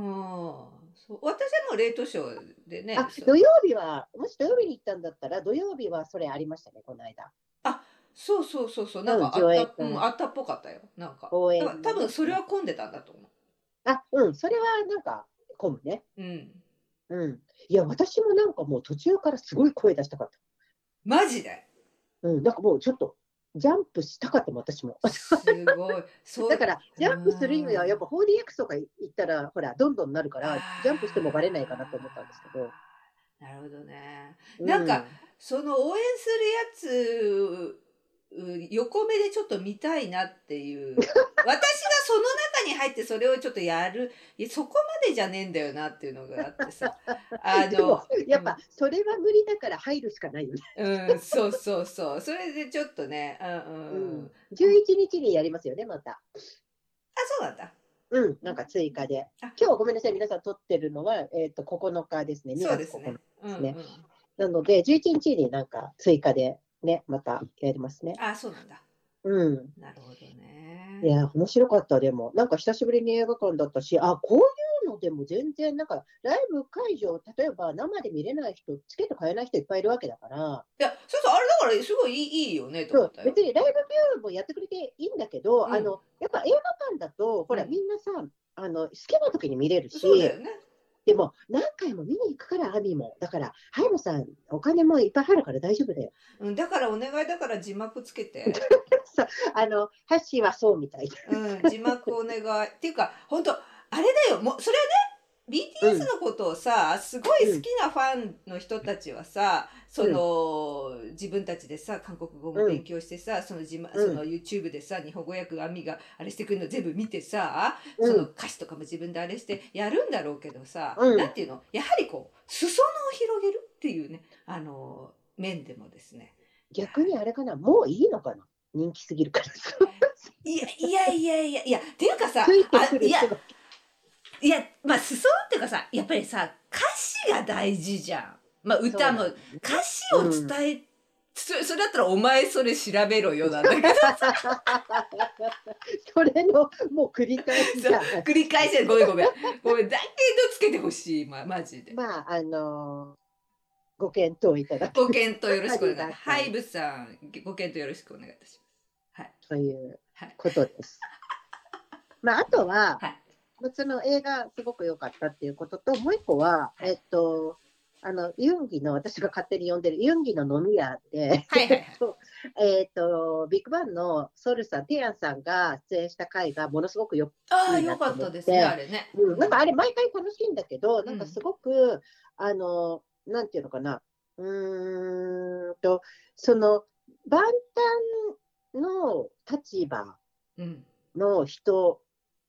B: そう私はもうレートショーでね。
A: あ
B: そう
A: 土曜日は、もし土曜日に行ったんだったら、土曜日はそれありましたね、この間。
B: そうそうそうそう、なんか
A: うん上
B: あ
A: 映
B: った、
A: 会
B: うん、あったっぽかったよ。なんか。
A: 応援
B: だから多分それは混んでたんだと思
A: あうん、それはなんか混むね。
B: う。うん。
A: うん。いや、私もなんかもう途中からすごい声出したかっ
B: マジで。
A: た。うん、なんかもうちょっと、ジャンプしたかったもん、私も。
B: すごい。そう
A: だから、ジャンプする意味は、やっぱ 4DX とか行ったら、ほら、どんどんなるから、ジャンプしてもバレないかなと思ったんですけど。
B: なるほどね。なんかその応援するやつう横目でちょっと見たいなっ ていう私がその中に入ってそれをちょっとやるいやそこまでじゃねえんだよなっていうのがあって さ
A: うん、
B: あ
A: でも
B: の、
A: やっぱ、それは無理だから入るしかないよね。
B: うん、そうそうそうそれでちょっとね、うんうん
A: うん11日にやりますよね、また。
B: あそうなんだ
A: うん、なんか追加で
B: あ。
A: 今日ごめんなさい、皆さん撮ってるのは、えっ、と、9日ですね。2
B: そう
A: 月9
B: で
A: 日な
B: すね。うんん、うんん
A: で、なので、11日になんか追加でね、またやりますね。
B: あそうなんだ
A: うん。
B: なるほどね
A: いや、面白かった、でも。なんか久しぶりに映画館だったし、あ、こういうのでも全然、なんかライブ会場、例えば生で見れない人、チケット買えない人いっぱいいるわけだから、
B: いやそうそうあれだからすごいいいいいよねと
A: そ
B: 思っ
A: う
B: たよ
A: 別にライブビューもやってくれていいんだけど、
B: うん
A: あの、やっぱ映画館だと、ほら、
B: うん
A: みんなさ、あの好きな時に見れるし、
B: そうだよね
A: でも何回も見に行くから、アミも。だから、ハイムさん、お金もいっぱい入るから大丈夫だよ。
B: うん、だからお願いだから字幕つけて、
A: あの、ハッシーはそうみたいな。
B: うん、字幕お願い。っていうか、本当あれだよ、もう、それはね、BTS のことをさ、すごい好きなファンの人たちはさ、その、自分たちでさ、韓国語も勉強してさ、その字幕、
A: うん
B: その YouTube でさ、日本語訳アミがあれしてくるの全部見てさ、
A: う
B: その
A: ん、
B: 歌詞とかも自分であれしてやるんだろうけどさ、
A: うん
B: なんていうのやはりこう、裾野を広げるっていうね、あの、面でもですね。
A: 逆にあれかな、もういいのかな、人気すぎるから。
B: いや、いやいやいや、いや、っていうかさ、
A: ついて
B: あ
A: くる
B: いや
A: 人、が。
B: いや、まあ、裾野っていうかさ、やっぱりさ、歌詞が大事じゃん。まあ、歌も、
A: そう
B: 歌詞を伝え、そそれだったら、お前それ調べろよなんだけど、
A: それの、もう繰り返しじゃん。
B: 繰り返してるごめんごめん。ごめん、だけどつけてほしい、まあ、マジで。
A: まあ、あのーご検討いただく
B: ご検討よろしくお願いします。
A: あ
B: ハ
A: り
B: イブさん、ご検討よろしくお願いいたし
A: という
B: はい
A: ことです。まあ、あとは
B: ます。、はい。
A: その映画すごく良かったっていうことと、もう一個は、えっと、あの、ユンギの、私が勝手に呼んでるユンギの飲み屋で、
B: はいはいはい
A: えっと、ビッグバンのソルさん、ティアンさんが出演した回がものすごくよ
B: ああ、
A: いいな
B: よ
A: と
B: か
A: 思っ
B: ってたですね、あれね。
A: うん、なんかあれ毎回楽しいんだけど、なんか
B: うん
A: すごく、あの、なんていうのかな、うーんと、その、万端の立場
B: うん。
A: の人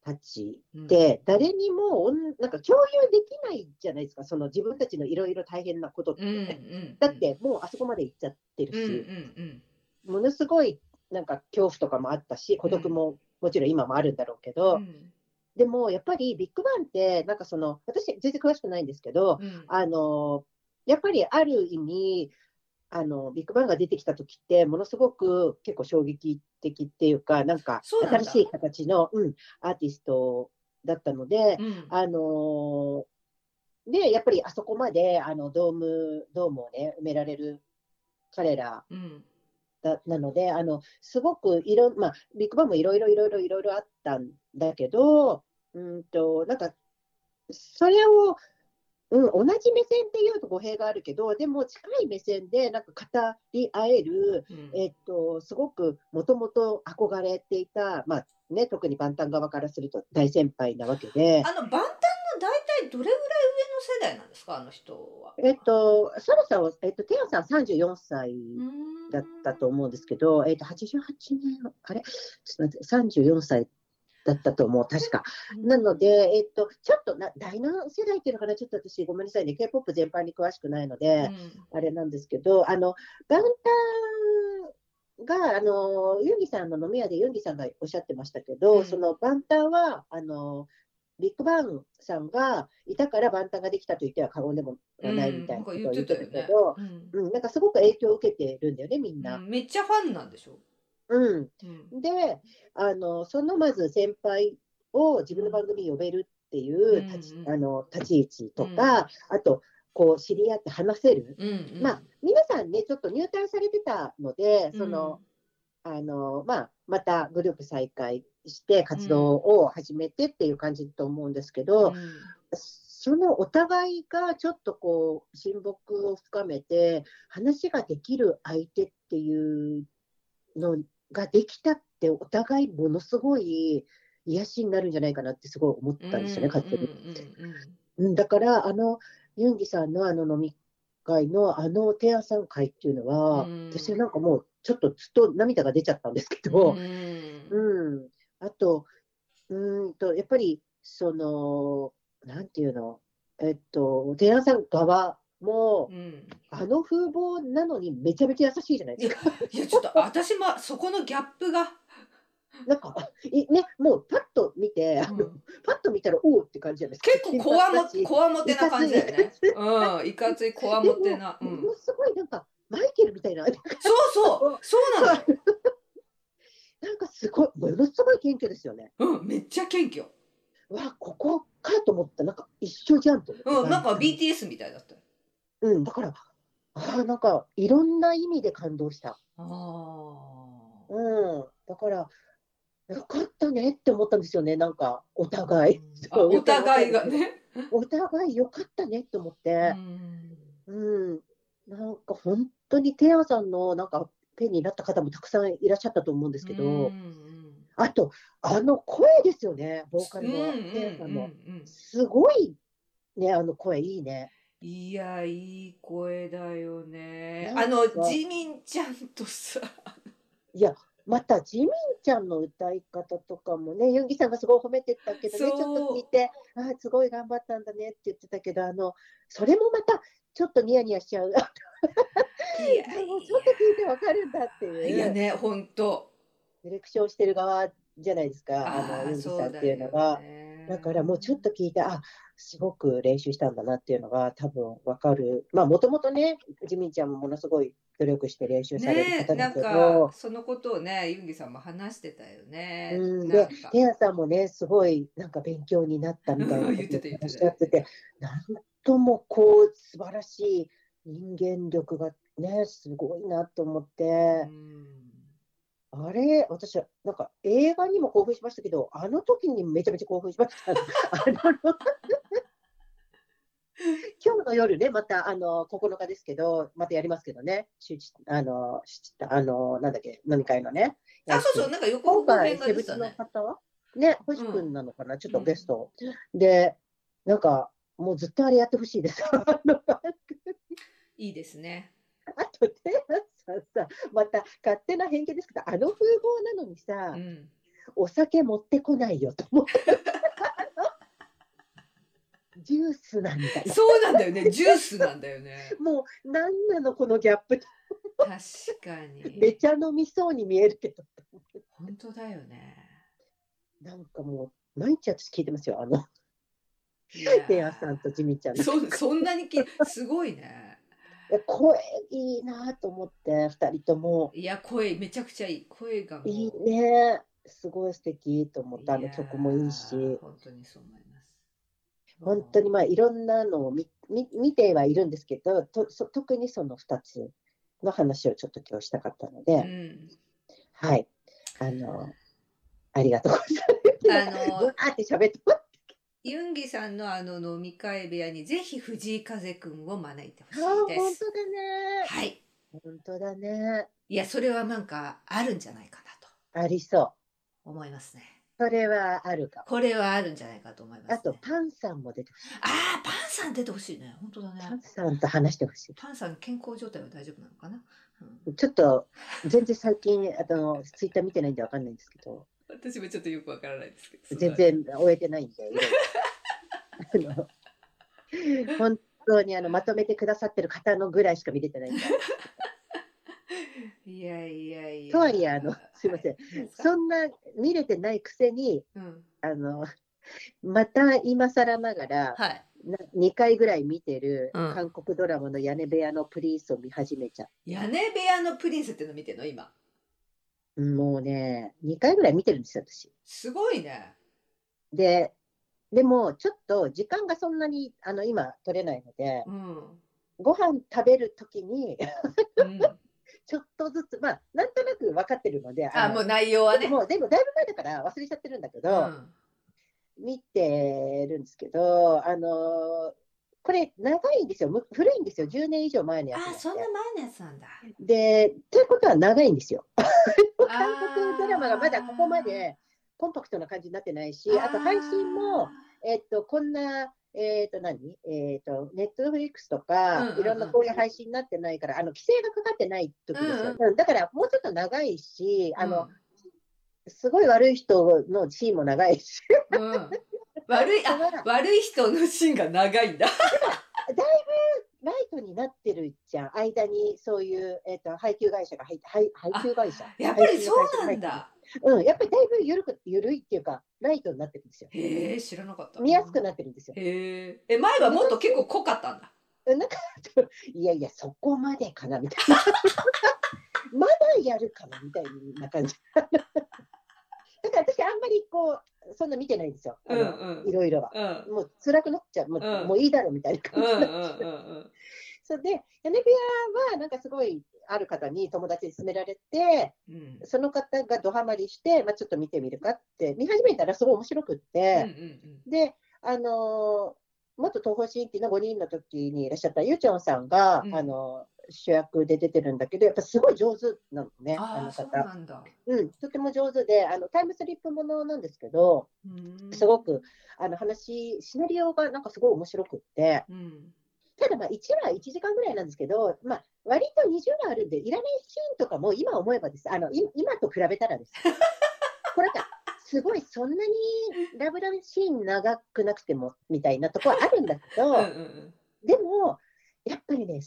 A: たち
B: うん
A: って、誰にもおん、なんか共有できないじゃないですか、その自分たちのいろいろ大変なことって。
B: うんうんうん。
A: だっ、て、もうあそこまで行っちゃってる
B: うんうん
A: し、
B: うん。
A: ものすごい、なんか恐怖とかもあったし、孤独も、もちろん今もあるんだろうけど、
B: うん
A: でもやっぱりビッグバンって、なんかその、私、全然詳しくないんですけど、
B: うん
A: あのやっぱりある意味、あのビッグバンが出てきた時ってものすごく結構衝撃的っていうかなんか
B: そうなんだ
A: 新しい形のうんアーティストだったので、
B: うん
A: あのーでやっぱりあそこまであのドームドームをね埋められる彼ら
B: うん
A: だなのであのすごくいろん、まあ、ビッグバンもいろいろいろいろいろいろあったんだけどうんとなんかそれを、うん、同じ目線っていうと語弊があるけどでも近い目線でなんか語り合える、
B: うん
A: えっと、すごくもともと憧れていた、まあね、特に万端側からすると大先輩なわけで。
B: あの万端の大体どれぐらい上の世代なんですかあの人は。
A: えっと、サラさんは、えっと、テアさん34歳
B: うーん
A: だったと思うんですけど、えっと、88年、あれちょっと待って、34歳だったと思う、確か。なので、えっと、ちょっとな、第何世代っていうのかな、ちょっと私、ごめんなさいね、K-POP 全般に詳しくないの
B: うん
A: で、あれなんですけど、あの、バウンタンが、あの、ユンギさんの飲み屋でユンギさんがおっしゃってましたけど、
B: うん
A: そのバンタンは、あの、ビッグバンさんがいたからバンタンができたと言っては過言でもないみたいなことを
B: うん
A: 言
B: ん
A: って
B: か
A: た
B: よ
A: け
B: ね
A: ど、
B: うん
A: うん、なんかすごく影響を受けてるんだよね、みんな。
B: うんめっちゃファンなんでしょ。
A: うん。
B: うん
A: で、あの、そのまず先輩を自分の番組に呼べるっていう立ち、
B: うんうん
A: あの、立ち位置とか、あと、こう、知り合って話せる。
B: うんうん
A: まあ、皆さんね、ちょっと入隊されてたので、その、あの、まあ、またグループ再開して活動を始めてっていう感じだと思うんですけ
B: うん
A: ど、
B: うん
A: そのお互いがちょっとこう親睦を深めて話ができる相手っていうのができたってお互いものすごい癒しになるんじゃないかなってすごい思ったんですよね、勝手に。
B: うんうんうん
A: うんだからあのユンギさんのあの飲み会のあの提案さん会っていうのは、
B: うん
A: 私はなんかもうちょっとずっと涙が出ちゃったんですけど、
B: うん
A: うん、あと、うーんと、やっぱり、その、なんていうの、えっと、提案さん側も
B: う、ん
A: あの風貌なのにめちゃめちゃ優しいじゃない
B: い
A: で
B: や
A: すか。
B: いやちょっと私もそこのギャップが、
A: なんか、いね、もうパッと見て、
B: うん
A: パッと見たら、おうって感じじゃないです
B: 結
A: か。
B: 構こわ
A: 金髪
B: も
A: だし
B: こわもてな感じだよね。うんいかついこわもてな。う
A: も
B: ん
A: のすごいなんか、マイケルみたいな、なん
B: そうそうそうなのよ。
A: かすごい、ものすごい謙虚ですよね。
B: うんめっちゃ謙虚。
A: わあ、ここかと思ったら、なんか一緒じゃんと思って。
B: うんなんか BTS みたいだったよ。
A: うん、だから、ああ、なんか、いろんな意味で感動した。
B: ああ。
A: うん、だから、よかったねって思ったんですよね、なんか、お互い。
B: あお互いがね。
A: お互いよかったねって思っ
B: う
A: て、
B: ん
A: うん、なんか本当に、テアさんの、なんか、ペンになった方もたくさんいらっしゃったと思うんですけ
B: うんう
A: ど、
B: ん
A: あと、あの声ですよね、ボーカルの、
B: うんうん
A: テアさん
B: う
A: の。
B: んうん
A: すごいね、あの声、いいね。
B: いやいい声だよね。
A: な
B: あ
A: んか
B: のジミンちゃんとさ。
A: また、ジミンちゃんの歌い方とかもね、ユンギさんがすごい褒めてたけどね、ち
B: そう
A: ょっと聞いて、あーすごい頑張ったんだねって言ってたけど、あの、それもまた、ちょっとニヤニヤしちゃう。
B: い
A: でもちょっと聞いてわかるんだって
B: や
A: いう。
B: いやね本当。
A: ディレクションしてる側じゃないですか、あ
B: あ
A: の、ユ
B: あ
A: ンギ
B: そ
A: さん
B: う
A: って
B: だ
A: いうのが
B: よ。ね
A: だからもうちょっと聞いて、あ、すごく練習したんだなっていうのが多分わかる。まあ、もともとね、ジミンちゃんもものすごい努力して練習される
B: ね
A: 方
B: な
A: だ
B: ん
A: けど、
B: かそのことをねユンギさんも話してたよね。
A: うん、
B: な
A: で
B: んか、
A: テアさんもね、すごいなんか勉強になったみたいな
B: うん
A: こと
B: 言ってた言ってた
A: おっしゃってて、なんともこう、素晴らしい人間力がね、すごいなと思って、
B: うん
A: あれ、私はなんか映画にも興奮しましたけど、あの時にめちゃめちゃ興奮しました。あの 今日の夜ね、またあの9日ですけど、またやりますけどね、周知あの、周知あのなんだっけ、飲み会のね。
B: あそうそうなんか横
A: 今
B: 報告
A: 回、
B: 編が
A: セ
B: 出
A: ブ
B: て
A: チ
B: た
A: の
B: ね。
A: 方はね、星くんなのかな、ちょっとゲスト。で、なんか、もうずっとあれやってほしい です。あのあ
B: いいですね。
A: と、テラさんさ、また勝手な偏見ですけど、あの風貌なのにさ、
B: うん。
A: お酒持ってこないよと思って。ジュースなんだよ。
B: そうなんだよ ねジュースなんだよね。
A: もう、なんなの、このギャップ。
B: 確か
A: め
B: に。
A: ちゃ飲みそうに見えるけど。
B: 本当だよね。
A: なんかもう、毎日私聞いてますよ。あの、
B: いやー
A: テアさんとジミちゃんの。
B: そそんなにきすごいね。
A: え声いいなと思って、二人とも。
B: いや声めちゃくちゃいい声がもう
A: いいね。すごい素敵と思った。あ
B: い
A: の
B: やー
A: 曲もいいし。
B: 本当にそう思います
A: 本当にまあいろんなのを見見見てはいるんですけどとそ特にその2つの話をちょっと今日したかったので、
B: うん
A: はいあのありがとうございます。
B: あの
A: ぶわーって喋って
B: ユンギさんのあの飲み会部屋にぜひ藤井風くんを招いてほ
A: あー
B: しい
A: 本当
B: です。
A: だね。
B: はい。
A: 本当だね。
B: いや、それはなんかあるんじゃないかなと
A: ありそ
B: 思いますね。
A: う。それはあるかも。
B: これはあるんじゃないかと思います、ね。
A: あとパンさんも出てほしい。
B: あーパンさん出てほしいね。本当だ
A: パン
B: ね。
A: さんと話してほし
B: パンさん健康状態は大丈夫なのかな、うん
A: い。ちょっと全然最近あのツイッター見てないんでわかんないんですけど。
B: 私もちょっとよくわからないですけど。
A: 全然終えてないんで、いろいろあの本当にあのまとめてくださってる方のぐらいしか見れてないんで、
B: いやいやいや。
A: とはいえあのすいません
B: は。どうですか
A: そんな見れてないくせに、
B: うん。
A: あのまた今更ながら、
B: はい。
A: な2回ぐらい見てる
B: うん
A: 韓国ドラマの屋根部屋のプリンスを見始めちゃ
B: 屋根部屋のプリンスっての見てんの今。
A: う。もうね、2回ぐらい見てるんですよ、私。
B: すごいね。
A: で、でもちょっと時間がそんなにあの今取れないので、
B: うん。
A: ご飯食べるときに、
B: うん、
A: ちょっとずつ、まあ、なんとなく分かってるので、
B: あ、
A: の
B: もう内容はね。
A: もう全部だいぶ前だから忘れちゃってるんだけ
B: う
A: ど、
B: ん
A: 見てるんですけど、あのーこれ、長いんですよ、む古いんですよ、10年以上前のやつ
B: あ
A: なん
B: ー、
A: で
B: そんな前のやつなんだ。
A: で、ということは長いんですよ。韓
B: 韓
A: 国ドラマがまだここまでコンパクトな感じになってないし、あと配信も、。えっと、こんな、えっと何、えっと、ネットフリックスと
B: うん
A: か
B: うんう、ん
A: いろんなこういう配信になってないから、あの、規制がかかってない時ですよ。
B: う
A: うんだから、もうちょっと長いし、あの、
B: うん、
A: すごい悪い人のシーンも長いし、
B: うん、悪い、あ、
A: だい
B: 悪い人のシーンが長いんだ。
A: ぶライトになってるじゃん、間にそういう、えっと配給会社が入って、配配給会社。
B: やっぱりそうな
A: 配給会社
B: んだ。
A: が入ってる。うん、やっぱりだいぶ緩く緩いっていうか、ライトになってるんですよ。
B: へえ、知らなかった。
A: 見やすくなってるんですよ。
B: へえ、え、前はもっと結構濃かったんだ。
A: なんか、いやいや、そこまでかなみたいな。 まだやるかなみたいな感じ。 だから私、あんまりこう、そんな見てないんですよ。あ
B: う
A: の
B: ん、うん、
A: いろいろは。
B: うん、
A: もう辛くなっちゃう。もう,、
B: うん
A: もういいだろうみたいな
B: う
A: 感
B: ん、
A: じ
B: う
A: に
B: ん、
A: な
B: う、
A: っちゃうん それで、屋根部屋はなんかすごいある方に友達に勧められて、
B: うん、うん、
A: その方がドハマりして、まあ、ちょっと見てみるかって、見始めたらすごい面白くっ
B: うん、
A: て、
B: うん、
A: で、あのー元東方神起の5人の時にいらっしゃったゆうちょんさんが、
B: うん
A: あのー主役で出てるんだけど、やっぱすごい上手なのね、あ
B: ああ、
A: の
B: そう
A: 方。
B: なんだ。
A: うん、とても上手で、あのタイムスリップものなんですけど、
B: うん
A: すごくあの話、シナリオがなんかすごい面白くって。
B: うん、
A: ただまあ1話1時間ぐらいなんですけど、まあ、割と20話あるんで、いらないシーンとかも今思えばです。あの、い今と比べたら です。これなんか、すごいそんなにラブラブシーン長くなくてもみたいなとこはあるんだけ
B: う
A: ど
B: ん、、うん、
A: でも、やっぱりね、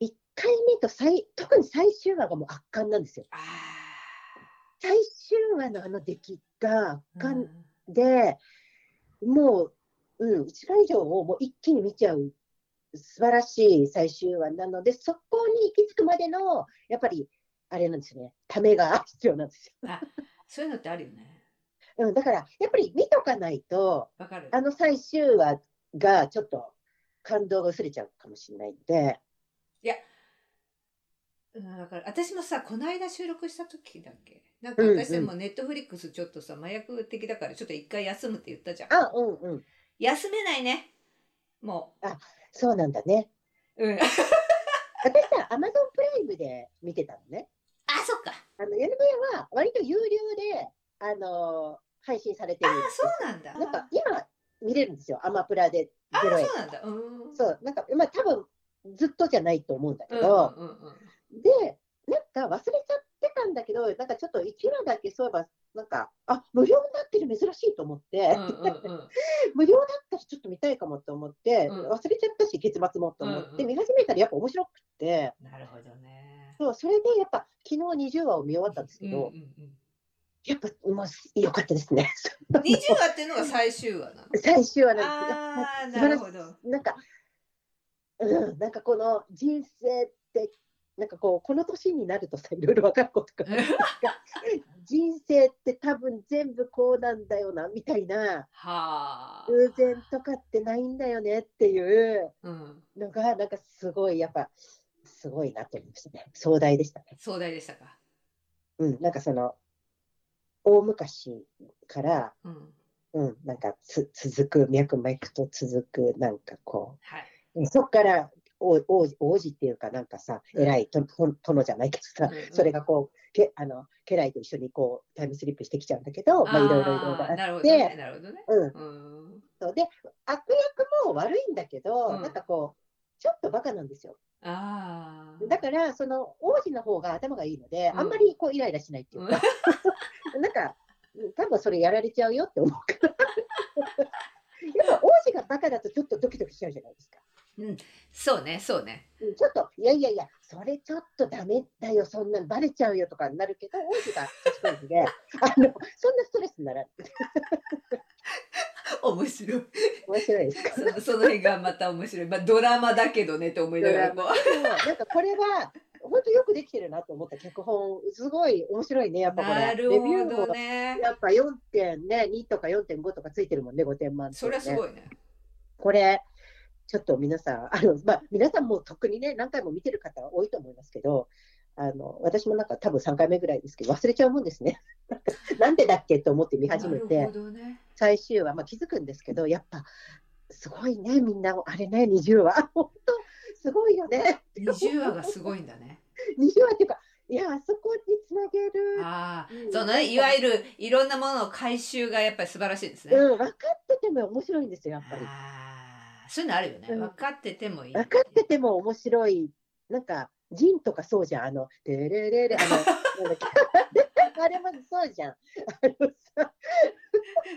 A: 1回目と最、特に最終話がもう圧巻なんですよ。
B: あ
A: 最終話のあの出来が圧
B: あ、
A: 巻
B: ん、
A: で、もう、うん、1話以上をもう一気に見ちゃう素晴らしい最終話なので、そこに行き着くまでの、やっぱり、あれなんですよね、ためが必要なんです
B: あ、そういうのってあるよね。
A: よ。うん、だから、やっぱり見とかないと、
B: わかる。
A: あの最終話がちょっと感動が薄れちゃうかもしれないんで、
B: うん、だから私もさこの間収録した時だっけなんか
A: うんうん
B: 私でもネットフリックスちょっとさ麻薬的だからちょっと一回休むって言ったじゃん
A: あ、うんうん、
B: 休めないねも
A: そうなんだね。
B: う、うん、あ
A: 私さ、アマゾンプライムで見てたのね。
B: そっか
A: あの、NB は割と有料で、あの配信されて
B: あ
A: る
B: あ
A: んですよ
B: そうなんだ
A: なんか今見れるんですよ、アマプラで
B: ああ
A: 0円。
B: そうなんだうん
A: そう、なんか、まあ多分ずっとじゃないと思うんだけ
B: うん
A: ど、
B: うんうん
A: で、なんか忘れちゃってたんだけど、なんかちょっと1話だけそういえば、なんか、あ無料になってる珍しいと思って、
B: うんうんうん
A: 無料だったらちょっと見たいかもと思って、
B: うん
A: 忘れちゃったし、結末もと思っ
B: うんう
A: て、
B: ん
A: 見始めたらやっぱ面白くて、
B: なるほどね
A: そうそれでやっぱ、昨日20話を見終わったんですけ
B: うんう
A: ど、
B: んうん
A: やっぱ、もう良かったですね。
B: 20話っていうのが最終話なの
A: 最終話なんですけど素晴ら
B: ああなる
A: し
B: ほど
A: なんか、うん、なんかこの人生って、なんかこう、この年になるとさ、いろいろ分かることが人生って多分全部こうなんだよな、みたいな、
B: はあ。
A: 偶然とかってないんだよねっていう
B: うん。
A: のが、なんかすごい、やっぱ、すごいなと思いましたね。壮大でしたね。
B: 壮大でしたか。
A: うん、なんかその、大昔から、
B: うん。
A: うん、なんかつ続く、脈々と続く、なんかこう、
B: はい。
A: うんそっから王王子王子っていうか、なんかさ、
B: うん
A: 偉いとと殿じゃないけどさ
B: うんうん、
A: それがこう、けあの家来と一緒にこうタイムスリップしてきちゃうんだけど、まあ、いろいろいろいろ
B: あーな
A: あ
B: る
A: っ
B: ほどね。
A: て、
B: なるほどね。
A: うん、
B: うん。
A: そうで悪役も悪いんだけど、
B: うん
A: なんかこう、ちょっとバカなんですよ。
B: ああ。
A: だから、その王子の方が頭がいいので、
B: うん
A: あんまりこうイライラしないっていうか、なんか、うん多分それやられちゃうよって思うから。 やっぱ王子がバカだとちょっとドキドキしちゃうじゃないですか。
B: そうね、そうね。
A: うんちょっと、いやいやいや、それちょっとダメだよ、そんなんバレちゃうよとかになるけど、王子が賢いので、あ の、そんなストレスにならない。
B: 面白い。
A: 面白いですか。
B: そのその辺がまた面白い。まあ、ドラマだけどねって思いながらこう。
A: そうなんかこれは、本当よくできてるなと思った脚本、すごい面白いね、やっぱこれ。
B: なる
A: レビュー
B: ほ
A: も
B: どね。
A: やっぱ4点ね、2とか4.5とかついてるもんね、5点満点、ね。
B: そりゃすごいね。
A: これ、ちょっと皆さん、 あのまあ、皆さんも特にね、何回も見てる方は多いと思いますけど、あの私もなんか多分3回目ぐらいですけど、忘れちゃうもんですね。 なんでだっけと思って見始め
B: なる
A: て
B: ほ、どね。
A: 最終話、まあ、気づくんですけど、やっぱすごいね、みんな、あれね、20話、 本当、すごいよね。
B: 20話がすごいんだね。
A: 20話っていうか、いや、あそこにつなげる。
B: あ あ
A: う。ん
B: そのね、いわゆるいろんなものの回収がやっぱり素晴らしいですね。
A: うん、分かってても面白いんですよ、やっぱり。
B: ああ。そういうのあるよね。
A: うん
B: 分かっててもいい。
A: 分かってても面白い、なんか、ジンとかそうじゃん、あの、てれれれ、 あの、なんだっけあれもそうじゃん。あ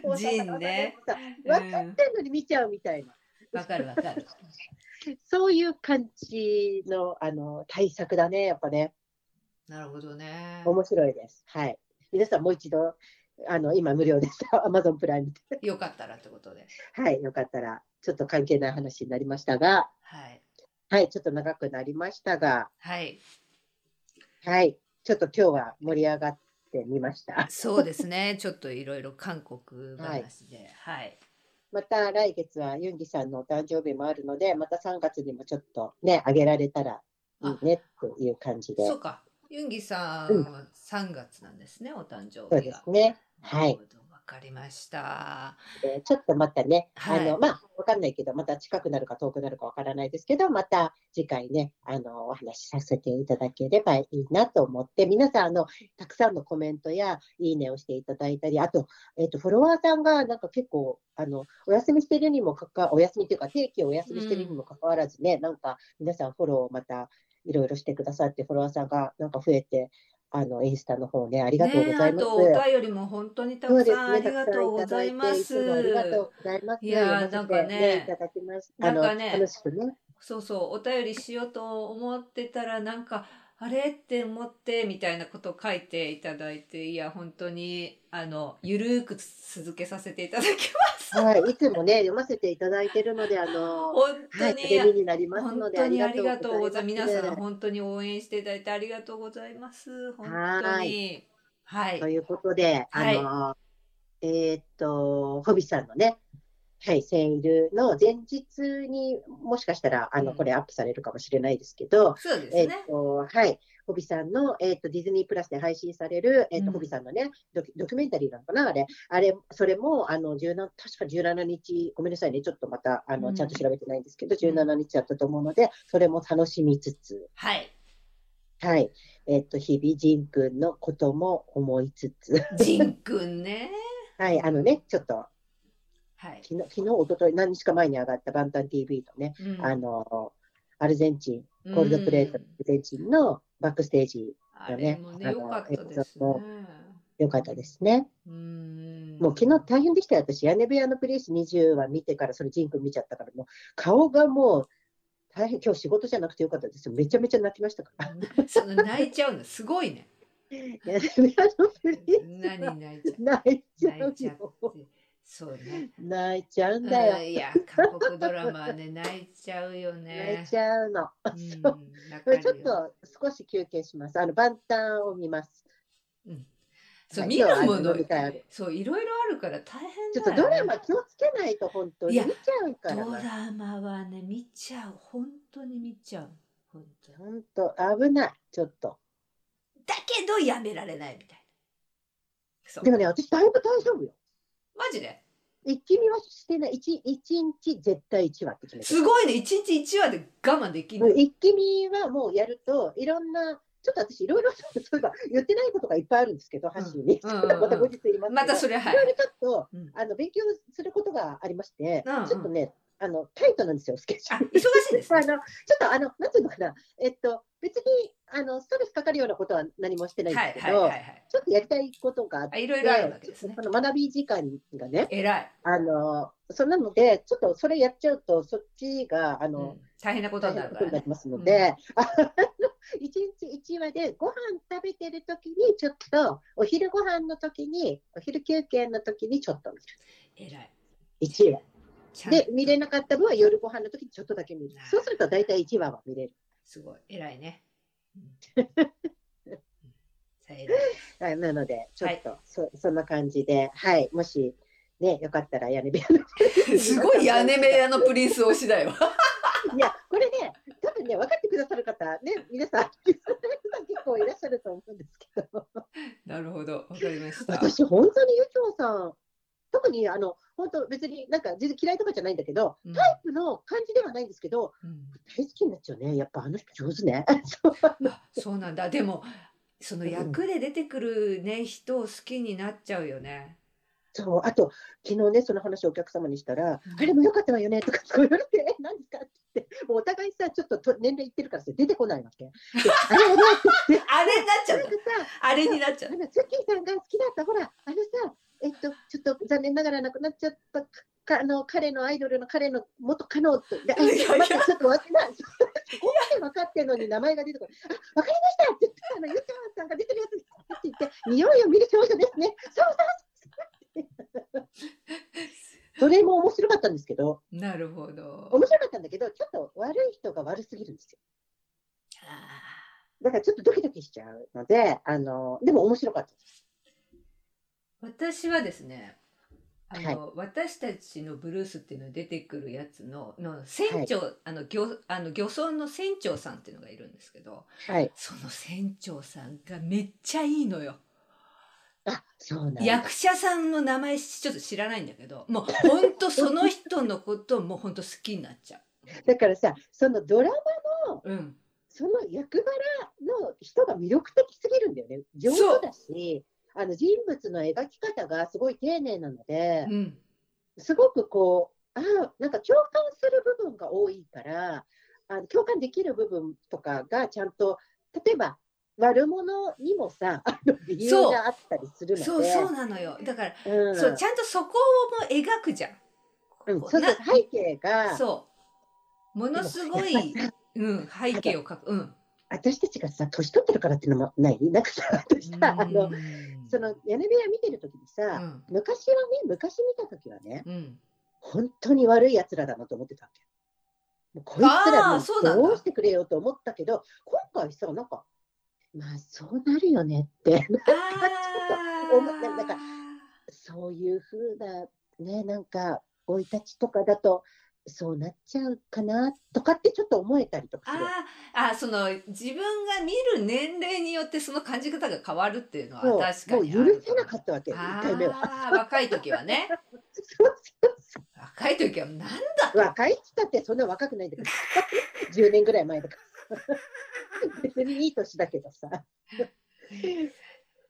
A: のさ
B: ジンね。
A: さ
B: うん
A: 分かってんのに見ちゃうみたいな、
B: わかるわかる。
A: そういう感じのあの対策だね、やっぱね、
B: なるほどね。
A: 面白いです。はい。皆さんもう一度、あの今無料です、Amazon プライムで。
B: よかったらってことで。
A: はい、よかったら、ちょっと関係ない話になりましたが、
B: はい。
A: はい、ちょっと長くなりましたが、
B: はい。
A: はい、ちょっと今日は盛り上がってみました。
B: そうです ね。ちょっといろいろ韓国話で。はい。
A: また来月はユンギさんのお誕生日もあるので、また3月にもちょっとね、あげられたらいいねっていう感じで。
B: そうか。ユンギさんは3月なんですね。お誕生
A: そう
B: 日
A: で
B: が
A: す。ね。はい
B: なるほど。わかりました。
A: えーちょっとまたね、
B: はい
A: あの、まあ、わかんないけど、また近くなるか遠くなるかわからないですけど、また次回ね、あの、お話しさせていただければいいなと思って、皆さん、あの、たくさんのコメントや、いいねをしていただいたり、あと、えっ、と、フォロワーさんが、なんか結構、あの、お休みしてるにもかかわお休みというか、定期お休みしてるにもかかわらずね、なんか、皆さんフォローをまた、いろいろしてくださって、フォロワーさんがなんか増えて、あの、インスタの方ね、ありがとうございます。
B: ねえ、あとお便りも本当にたくさんありがとうございま
A: そうですね
B: す。
A: たくさんいただいていつもありがとうございます。
B: いやー
A: 読ませて
B: なんかね
A: いただきます。あ
B: なんか
A: の、
B: ね
A: 楽しくね。
B: そうそう、お便りしようと思ってたら、なんか、あれって思って、みたいなこと書いていただいて、いや、本当に、あの、ゆるーく続けさせていただきます。
A: はい、いつもね、読ませていただいてるので、あの、
B: 本当
A: はい、
B: に、
A: 励みになります
B: 本
A: ので、
B: 当にありがとうございます。皆さん、
A: は
B: 本当に応援していただいてありがとうございます。本当
A: は。
B: に。はいい。
A: ということで、あ
B: はい
A: の、えーっと、ホビさんのね、はい、セイルの前日にもしかしたら、あの、
B: うん
A: これアップされるかもしれないですけど、
B: そうです
A: えっ、
B: ね。
A: と、はい。ホビさんの、えっ、と、ディズニープラスで配信される、えっ、と、
B: うん
A: ホビさんのね、ドキュ、ドキュメンタリーなのかなあれ。あれ、それも、あの、17、確か17日、ごめんなさいね。ちょっとまた、あの、
B: うん
A: ちゃんと調べてないんですけど、17日だったと思うので、それも楽しみつつ、
B: はい。
A: はい。えっ、と、日々、ジンくんのことも思いつつ、
B: ジンくんね。
A: はい。あのね、ちょっと、
B: はい。
A: 昨日、昨日、一昨日何日か前に上がったバンタン TV のね、
B: うん
A: あの、アルゼンチン、
B: うん
A: コールドプレートのアルゼンチンのバックステージ、
B: あれもね、
A: あの
B: 良かったですね。
A: よかったですね。
B: うん
A: もう昨日大変でしたよ、私、屋根部屋のプレイス20は見てから、それ、ジン君見ちゃったから、もう顔がもう大変、今日仕事じゃなくてよかったですよ、めちゃめちゃ泣きましたから。
B: その泣いちゃうのすごいね。
A: 屋根部屋のプレイス
B: 何泣いちゃう
A: 泣いちゃ
B: 泣
A: う
B: いちゃって
A: よ。。
B: そうね。
A: 泣いちゃうんだよ。
B: うんいや、韓国ドラマはね、泣いちゃうよね。
A: 泣いちゃうの。
B: うん、
A: そう
B: わ
A: こ
B: かる
A: れ
B: よ
A: ちょっと少し休憩します。あの万端を見ます。
B: そう、
A: はい
B: 見るも
A: 今日は
B: の
A: 飲み会ある、
B: そう、いろいろあるから大変
A: ちょっ
B: だ
A: と
B: よ、ね。
A: ドラマ気をつけないと本当
B: い
A: に
B: や
A: 見ちゃうからな。
B: ドラマはね、見ちゃう。本当に見ちゃう。本当に
A: 本当危ない。ちょっと。
B: だけど、やめられないみたいな。そう
A: で。もね、私だいぶ大丈夫よ。
B: マジで
A: 一気見はしてない。一一日絶対一話って決めて
B: す
A: る。
B: ごいね。一日一話で我慢できる
A: うん一気見はもうやるといろんな。ちょっと私いろいろそういえば言ってないことがいっぱいあるんですけど、ハッシーに。
B: うんうんうんうん
A: また後日言いますけど。
B: またそれはい
A: いろいろちょっと
B: うん
A: あの勉強することがありまして、
B: うんうん
A: ちょっとねあのタイトなんですよスケジュ
B: あ、
A: ー
B: 忙
A: ル。
B: しいんです
A: あの
B: ね
A: ち。ょっとあのなんていうのかなえっと別にあのストレスかかるようなことは何もしてないん
B: は
A: で
B: い
A: すけ
B: は
A: ど、
B: いはいはい。
A: ちょっとやりたいことがあって
B: あいろいろあるわけですね
A: ちょっとその学び時間がね
B: 偉い。
A: あのそんなのでちょっとそれやっちゃうとそっちがあ
B: う
A: の、
B: ん、大変なこと
A: 大
B: にな
A: 変なこと
B: るから
A: にな
B: ね
A: り。ますので、あの一日一話でご飯食べてる時にちょっとお昼ご飯の時にお昼休憩の時にちょっと見る
B: 偉い。
A: 一話。
B: ちゃんと
A: で、見れなかった分は夜ご飯の時にちょっとだけ見る
B: なる。
A: そうすると大体1話は見れる。
B: すごい。偉いね。うん うんさあ偉い
A: はいなので、ちょっと、そそんな感じで、はい、もし、ね、よかったら屋根部屋の。
B: すごい屋根部屋のプリンス推しだよ。
A: いや、これね、多分ね、分かってくださる方、ね、皆さん、リスナーさん結構いらっしゃると思うんですけど、
B: なるほど、わかりました。
A: 私、本当にゆきょうさん、特に、あの、本当、別になんか、全然嫌いとかじゃないんだけど、
B: うん
A: タイプの感じではないんですけど、
B: うん
A: 大好きになっちゃうね。やっぱあの人上手ね。
B: あそうなんだ。でも、その役で出てくるね、人を好きになっちゃうよ ね。
A: そう、あと、昨日ね、その話をお客様にしたら、
B: うん
A: あれも良かったわよねとか、そう言われて、え、何ですかって言って、もうお互いさ、ちょっとと年齢いってるからさ、出てこないわけ。であれ、あれ、
B: あれになっちゃ
A: な
B: うんんだ
A: かさ、
B: あれになっちゃ
A: あ
B: う。
A: の、ツッキーさんが好きだった、ほら、あのさ、えっと、ちょっと残念ながら亡くなっちゃった、かあの、彼のアイドルの彼の元カノと、であ
B: いやい
A: ま
B: や
A: たちょっとわけない。 ここまで分かってんのに名前が出てこない。あ、わかりましたって言って、あの、ゆうちゃんさんが出てるやつですって言って、匂いを見る少女ですね。そうそうそれも面白かったんですけど、
B: なるほど。
A: 面白かったんだけど、ちょっと悪い人が悪すぎるんですよ。
B: あ
A: だからちょっとドキドキしちゃうので、あの、でも面白かったです。
B: ー私はですね、あの、私たちのブルースっていうのに出てくるやつの、の船長、あの、漁、あの、漁村の船長さんっていうのがいるんですけど、
A: はい。
B: その船長さんがめっちゃいいのよ。
A: あ、そうなんだ。
B: 役者さんの名前ちょっと知らないんだけどもうほんとその人の こともうほんと好きになっちゃ
A: だからさ、そのドラマ、
B: う。うん、
A: その役柄の人が魅力的すぎるんだよね。上手だし、あの人物の描き方がすごい丁寧なので、
B: うん、
A: すごくこう、あーなんか共感する部分が多いから、あの共感できる部分とかがちゃんと、例えば悪者にもさ、あの理由
B: そう
A: があったりするので、
B: そうそうなのよだから、
A: うん
B: そうちゃんとそこをもう描くじゃん。
A: うん、
B: こ
A: そう
B: な
A: そう背景が
B: そうものすごい、うん、背景を描く。うん
A: 私たちがさ年取ってるからっていうのもないなんかさ私さ、あの
B: うん
A: その屋根部屋見てる時に
B: う
A: さ、
B: ん
A: 昔はね昔見た時はね
B: うん、
A: 本当に悪いやつらだなと思ってたわけもうこいつら
B: あー
A: も
B: そうなんだ
A: うどうしてくれようと思ったけど今回さなんかまあそうなるよねって
B: あ
A: 思ったなんかそういう風なねなんか生い立ちとかだとそうなっちゃうかなとかってちょっと思えたりとかする
B: あーあーその自分が見る年齢によってその感じ方が変わるっていうのは
A: もう
B: 確かにあ
A: もう
B: る
A: 許せなかったわけ、
B: あ
A: 1回目は。
B: ー若い時はね
A: そうそうそ
B: 若い時はなんだ
A: う若いって言ったってそんな若くないんだけど、10年ぐら い前だから。別にいい年だけど さ。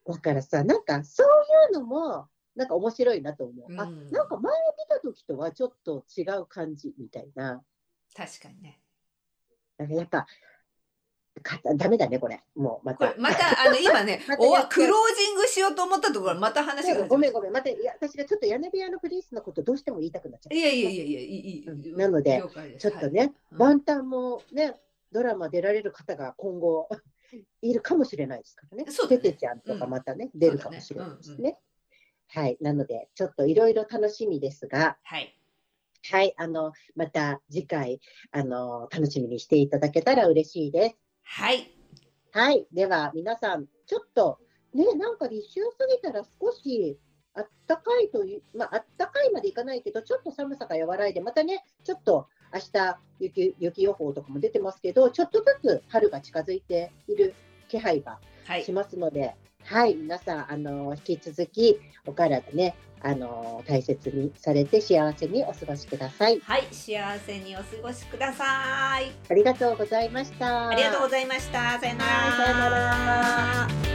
A: だからさ、なんかそういうのも、なんか面白いなと思う。あ
B: うん
A: なんか前見た時とはちょっと違う感じみたいな。
B: 確かにね
A: なんかやっぱ、かダメだね、これ。もうま
B: こ
A: た
B: れ。またあの今ね
A: またやっちゃう
B: おわクロージングしようと思ったところまた話が始まっ
A: ごめんごめん、またいや私がちょっと屋根部屋のプリンスのことどうしても言いたくなっちゃった
B: いやいやいやいやいいいい
A: うんなので
B: 了解す
A: ちょっとね、
B: はい
A: ワンタンもね、ドラマ出られる方が今後 いるかもしれないですからね。
B: そうだね
A: 出てちゃんとかまたね、出るかもしれないですね。はい。なので、ちょっといろいろ楽しみですが、
B: はい。
A: はい。あの、また次回、あの、楽しみにしていただけたら嬉しいです。
B: はい。
A: はい。では、皆さん、ちょっと、ね、なんか立秋過ぎたら少し、あったかいという、まあ、あったかいまでいかないけど、ちょっと寒さが和らいで、またね、ちょっと明日、雪、雪予報とかも出てますけど、ちょっとずつ春が近づいている気配が
B: はい
A: し。ますので、はい、皆さん、あの、引き続き、お体ね、あの、大切にされて幸せにお過ごしください。
B: はい。幸せにお過ごしください。
A: ありがとうございました。
B: ありがとうございました。さよな
A: はいさよな
B: ら。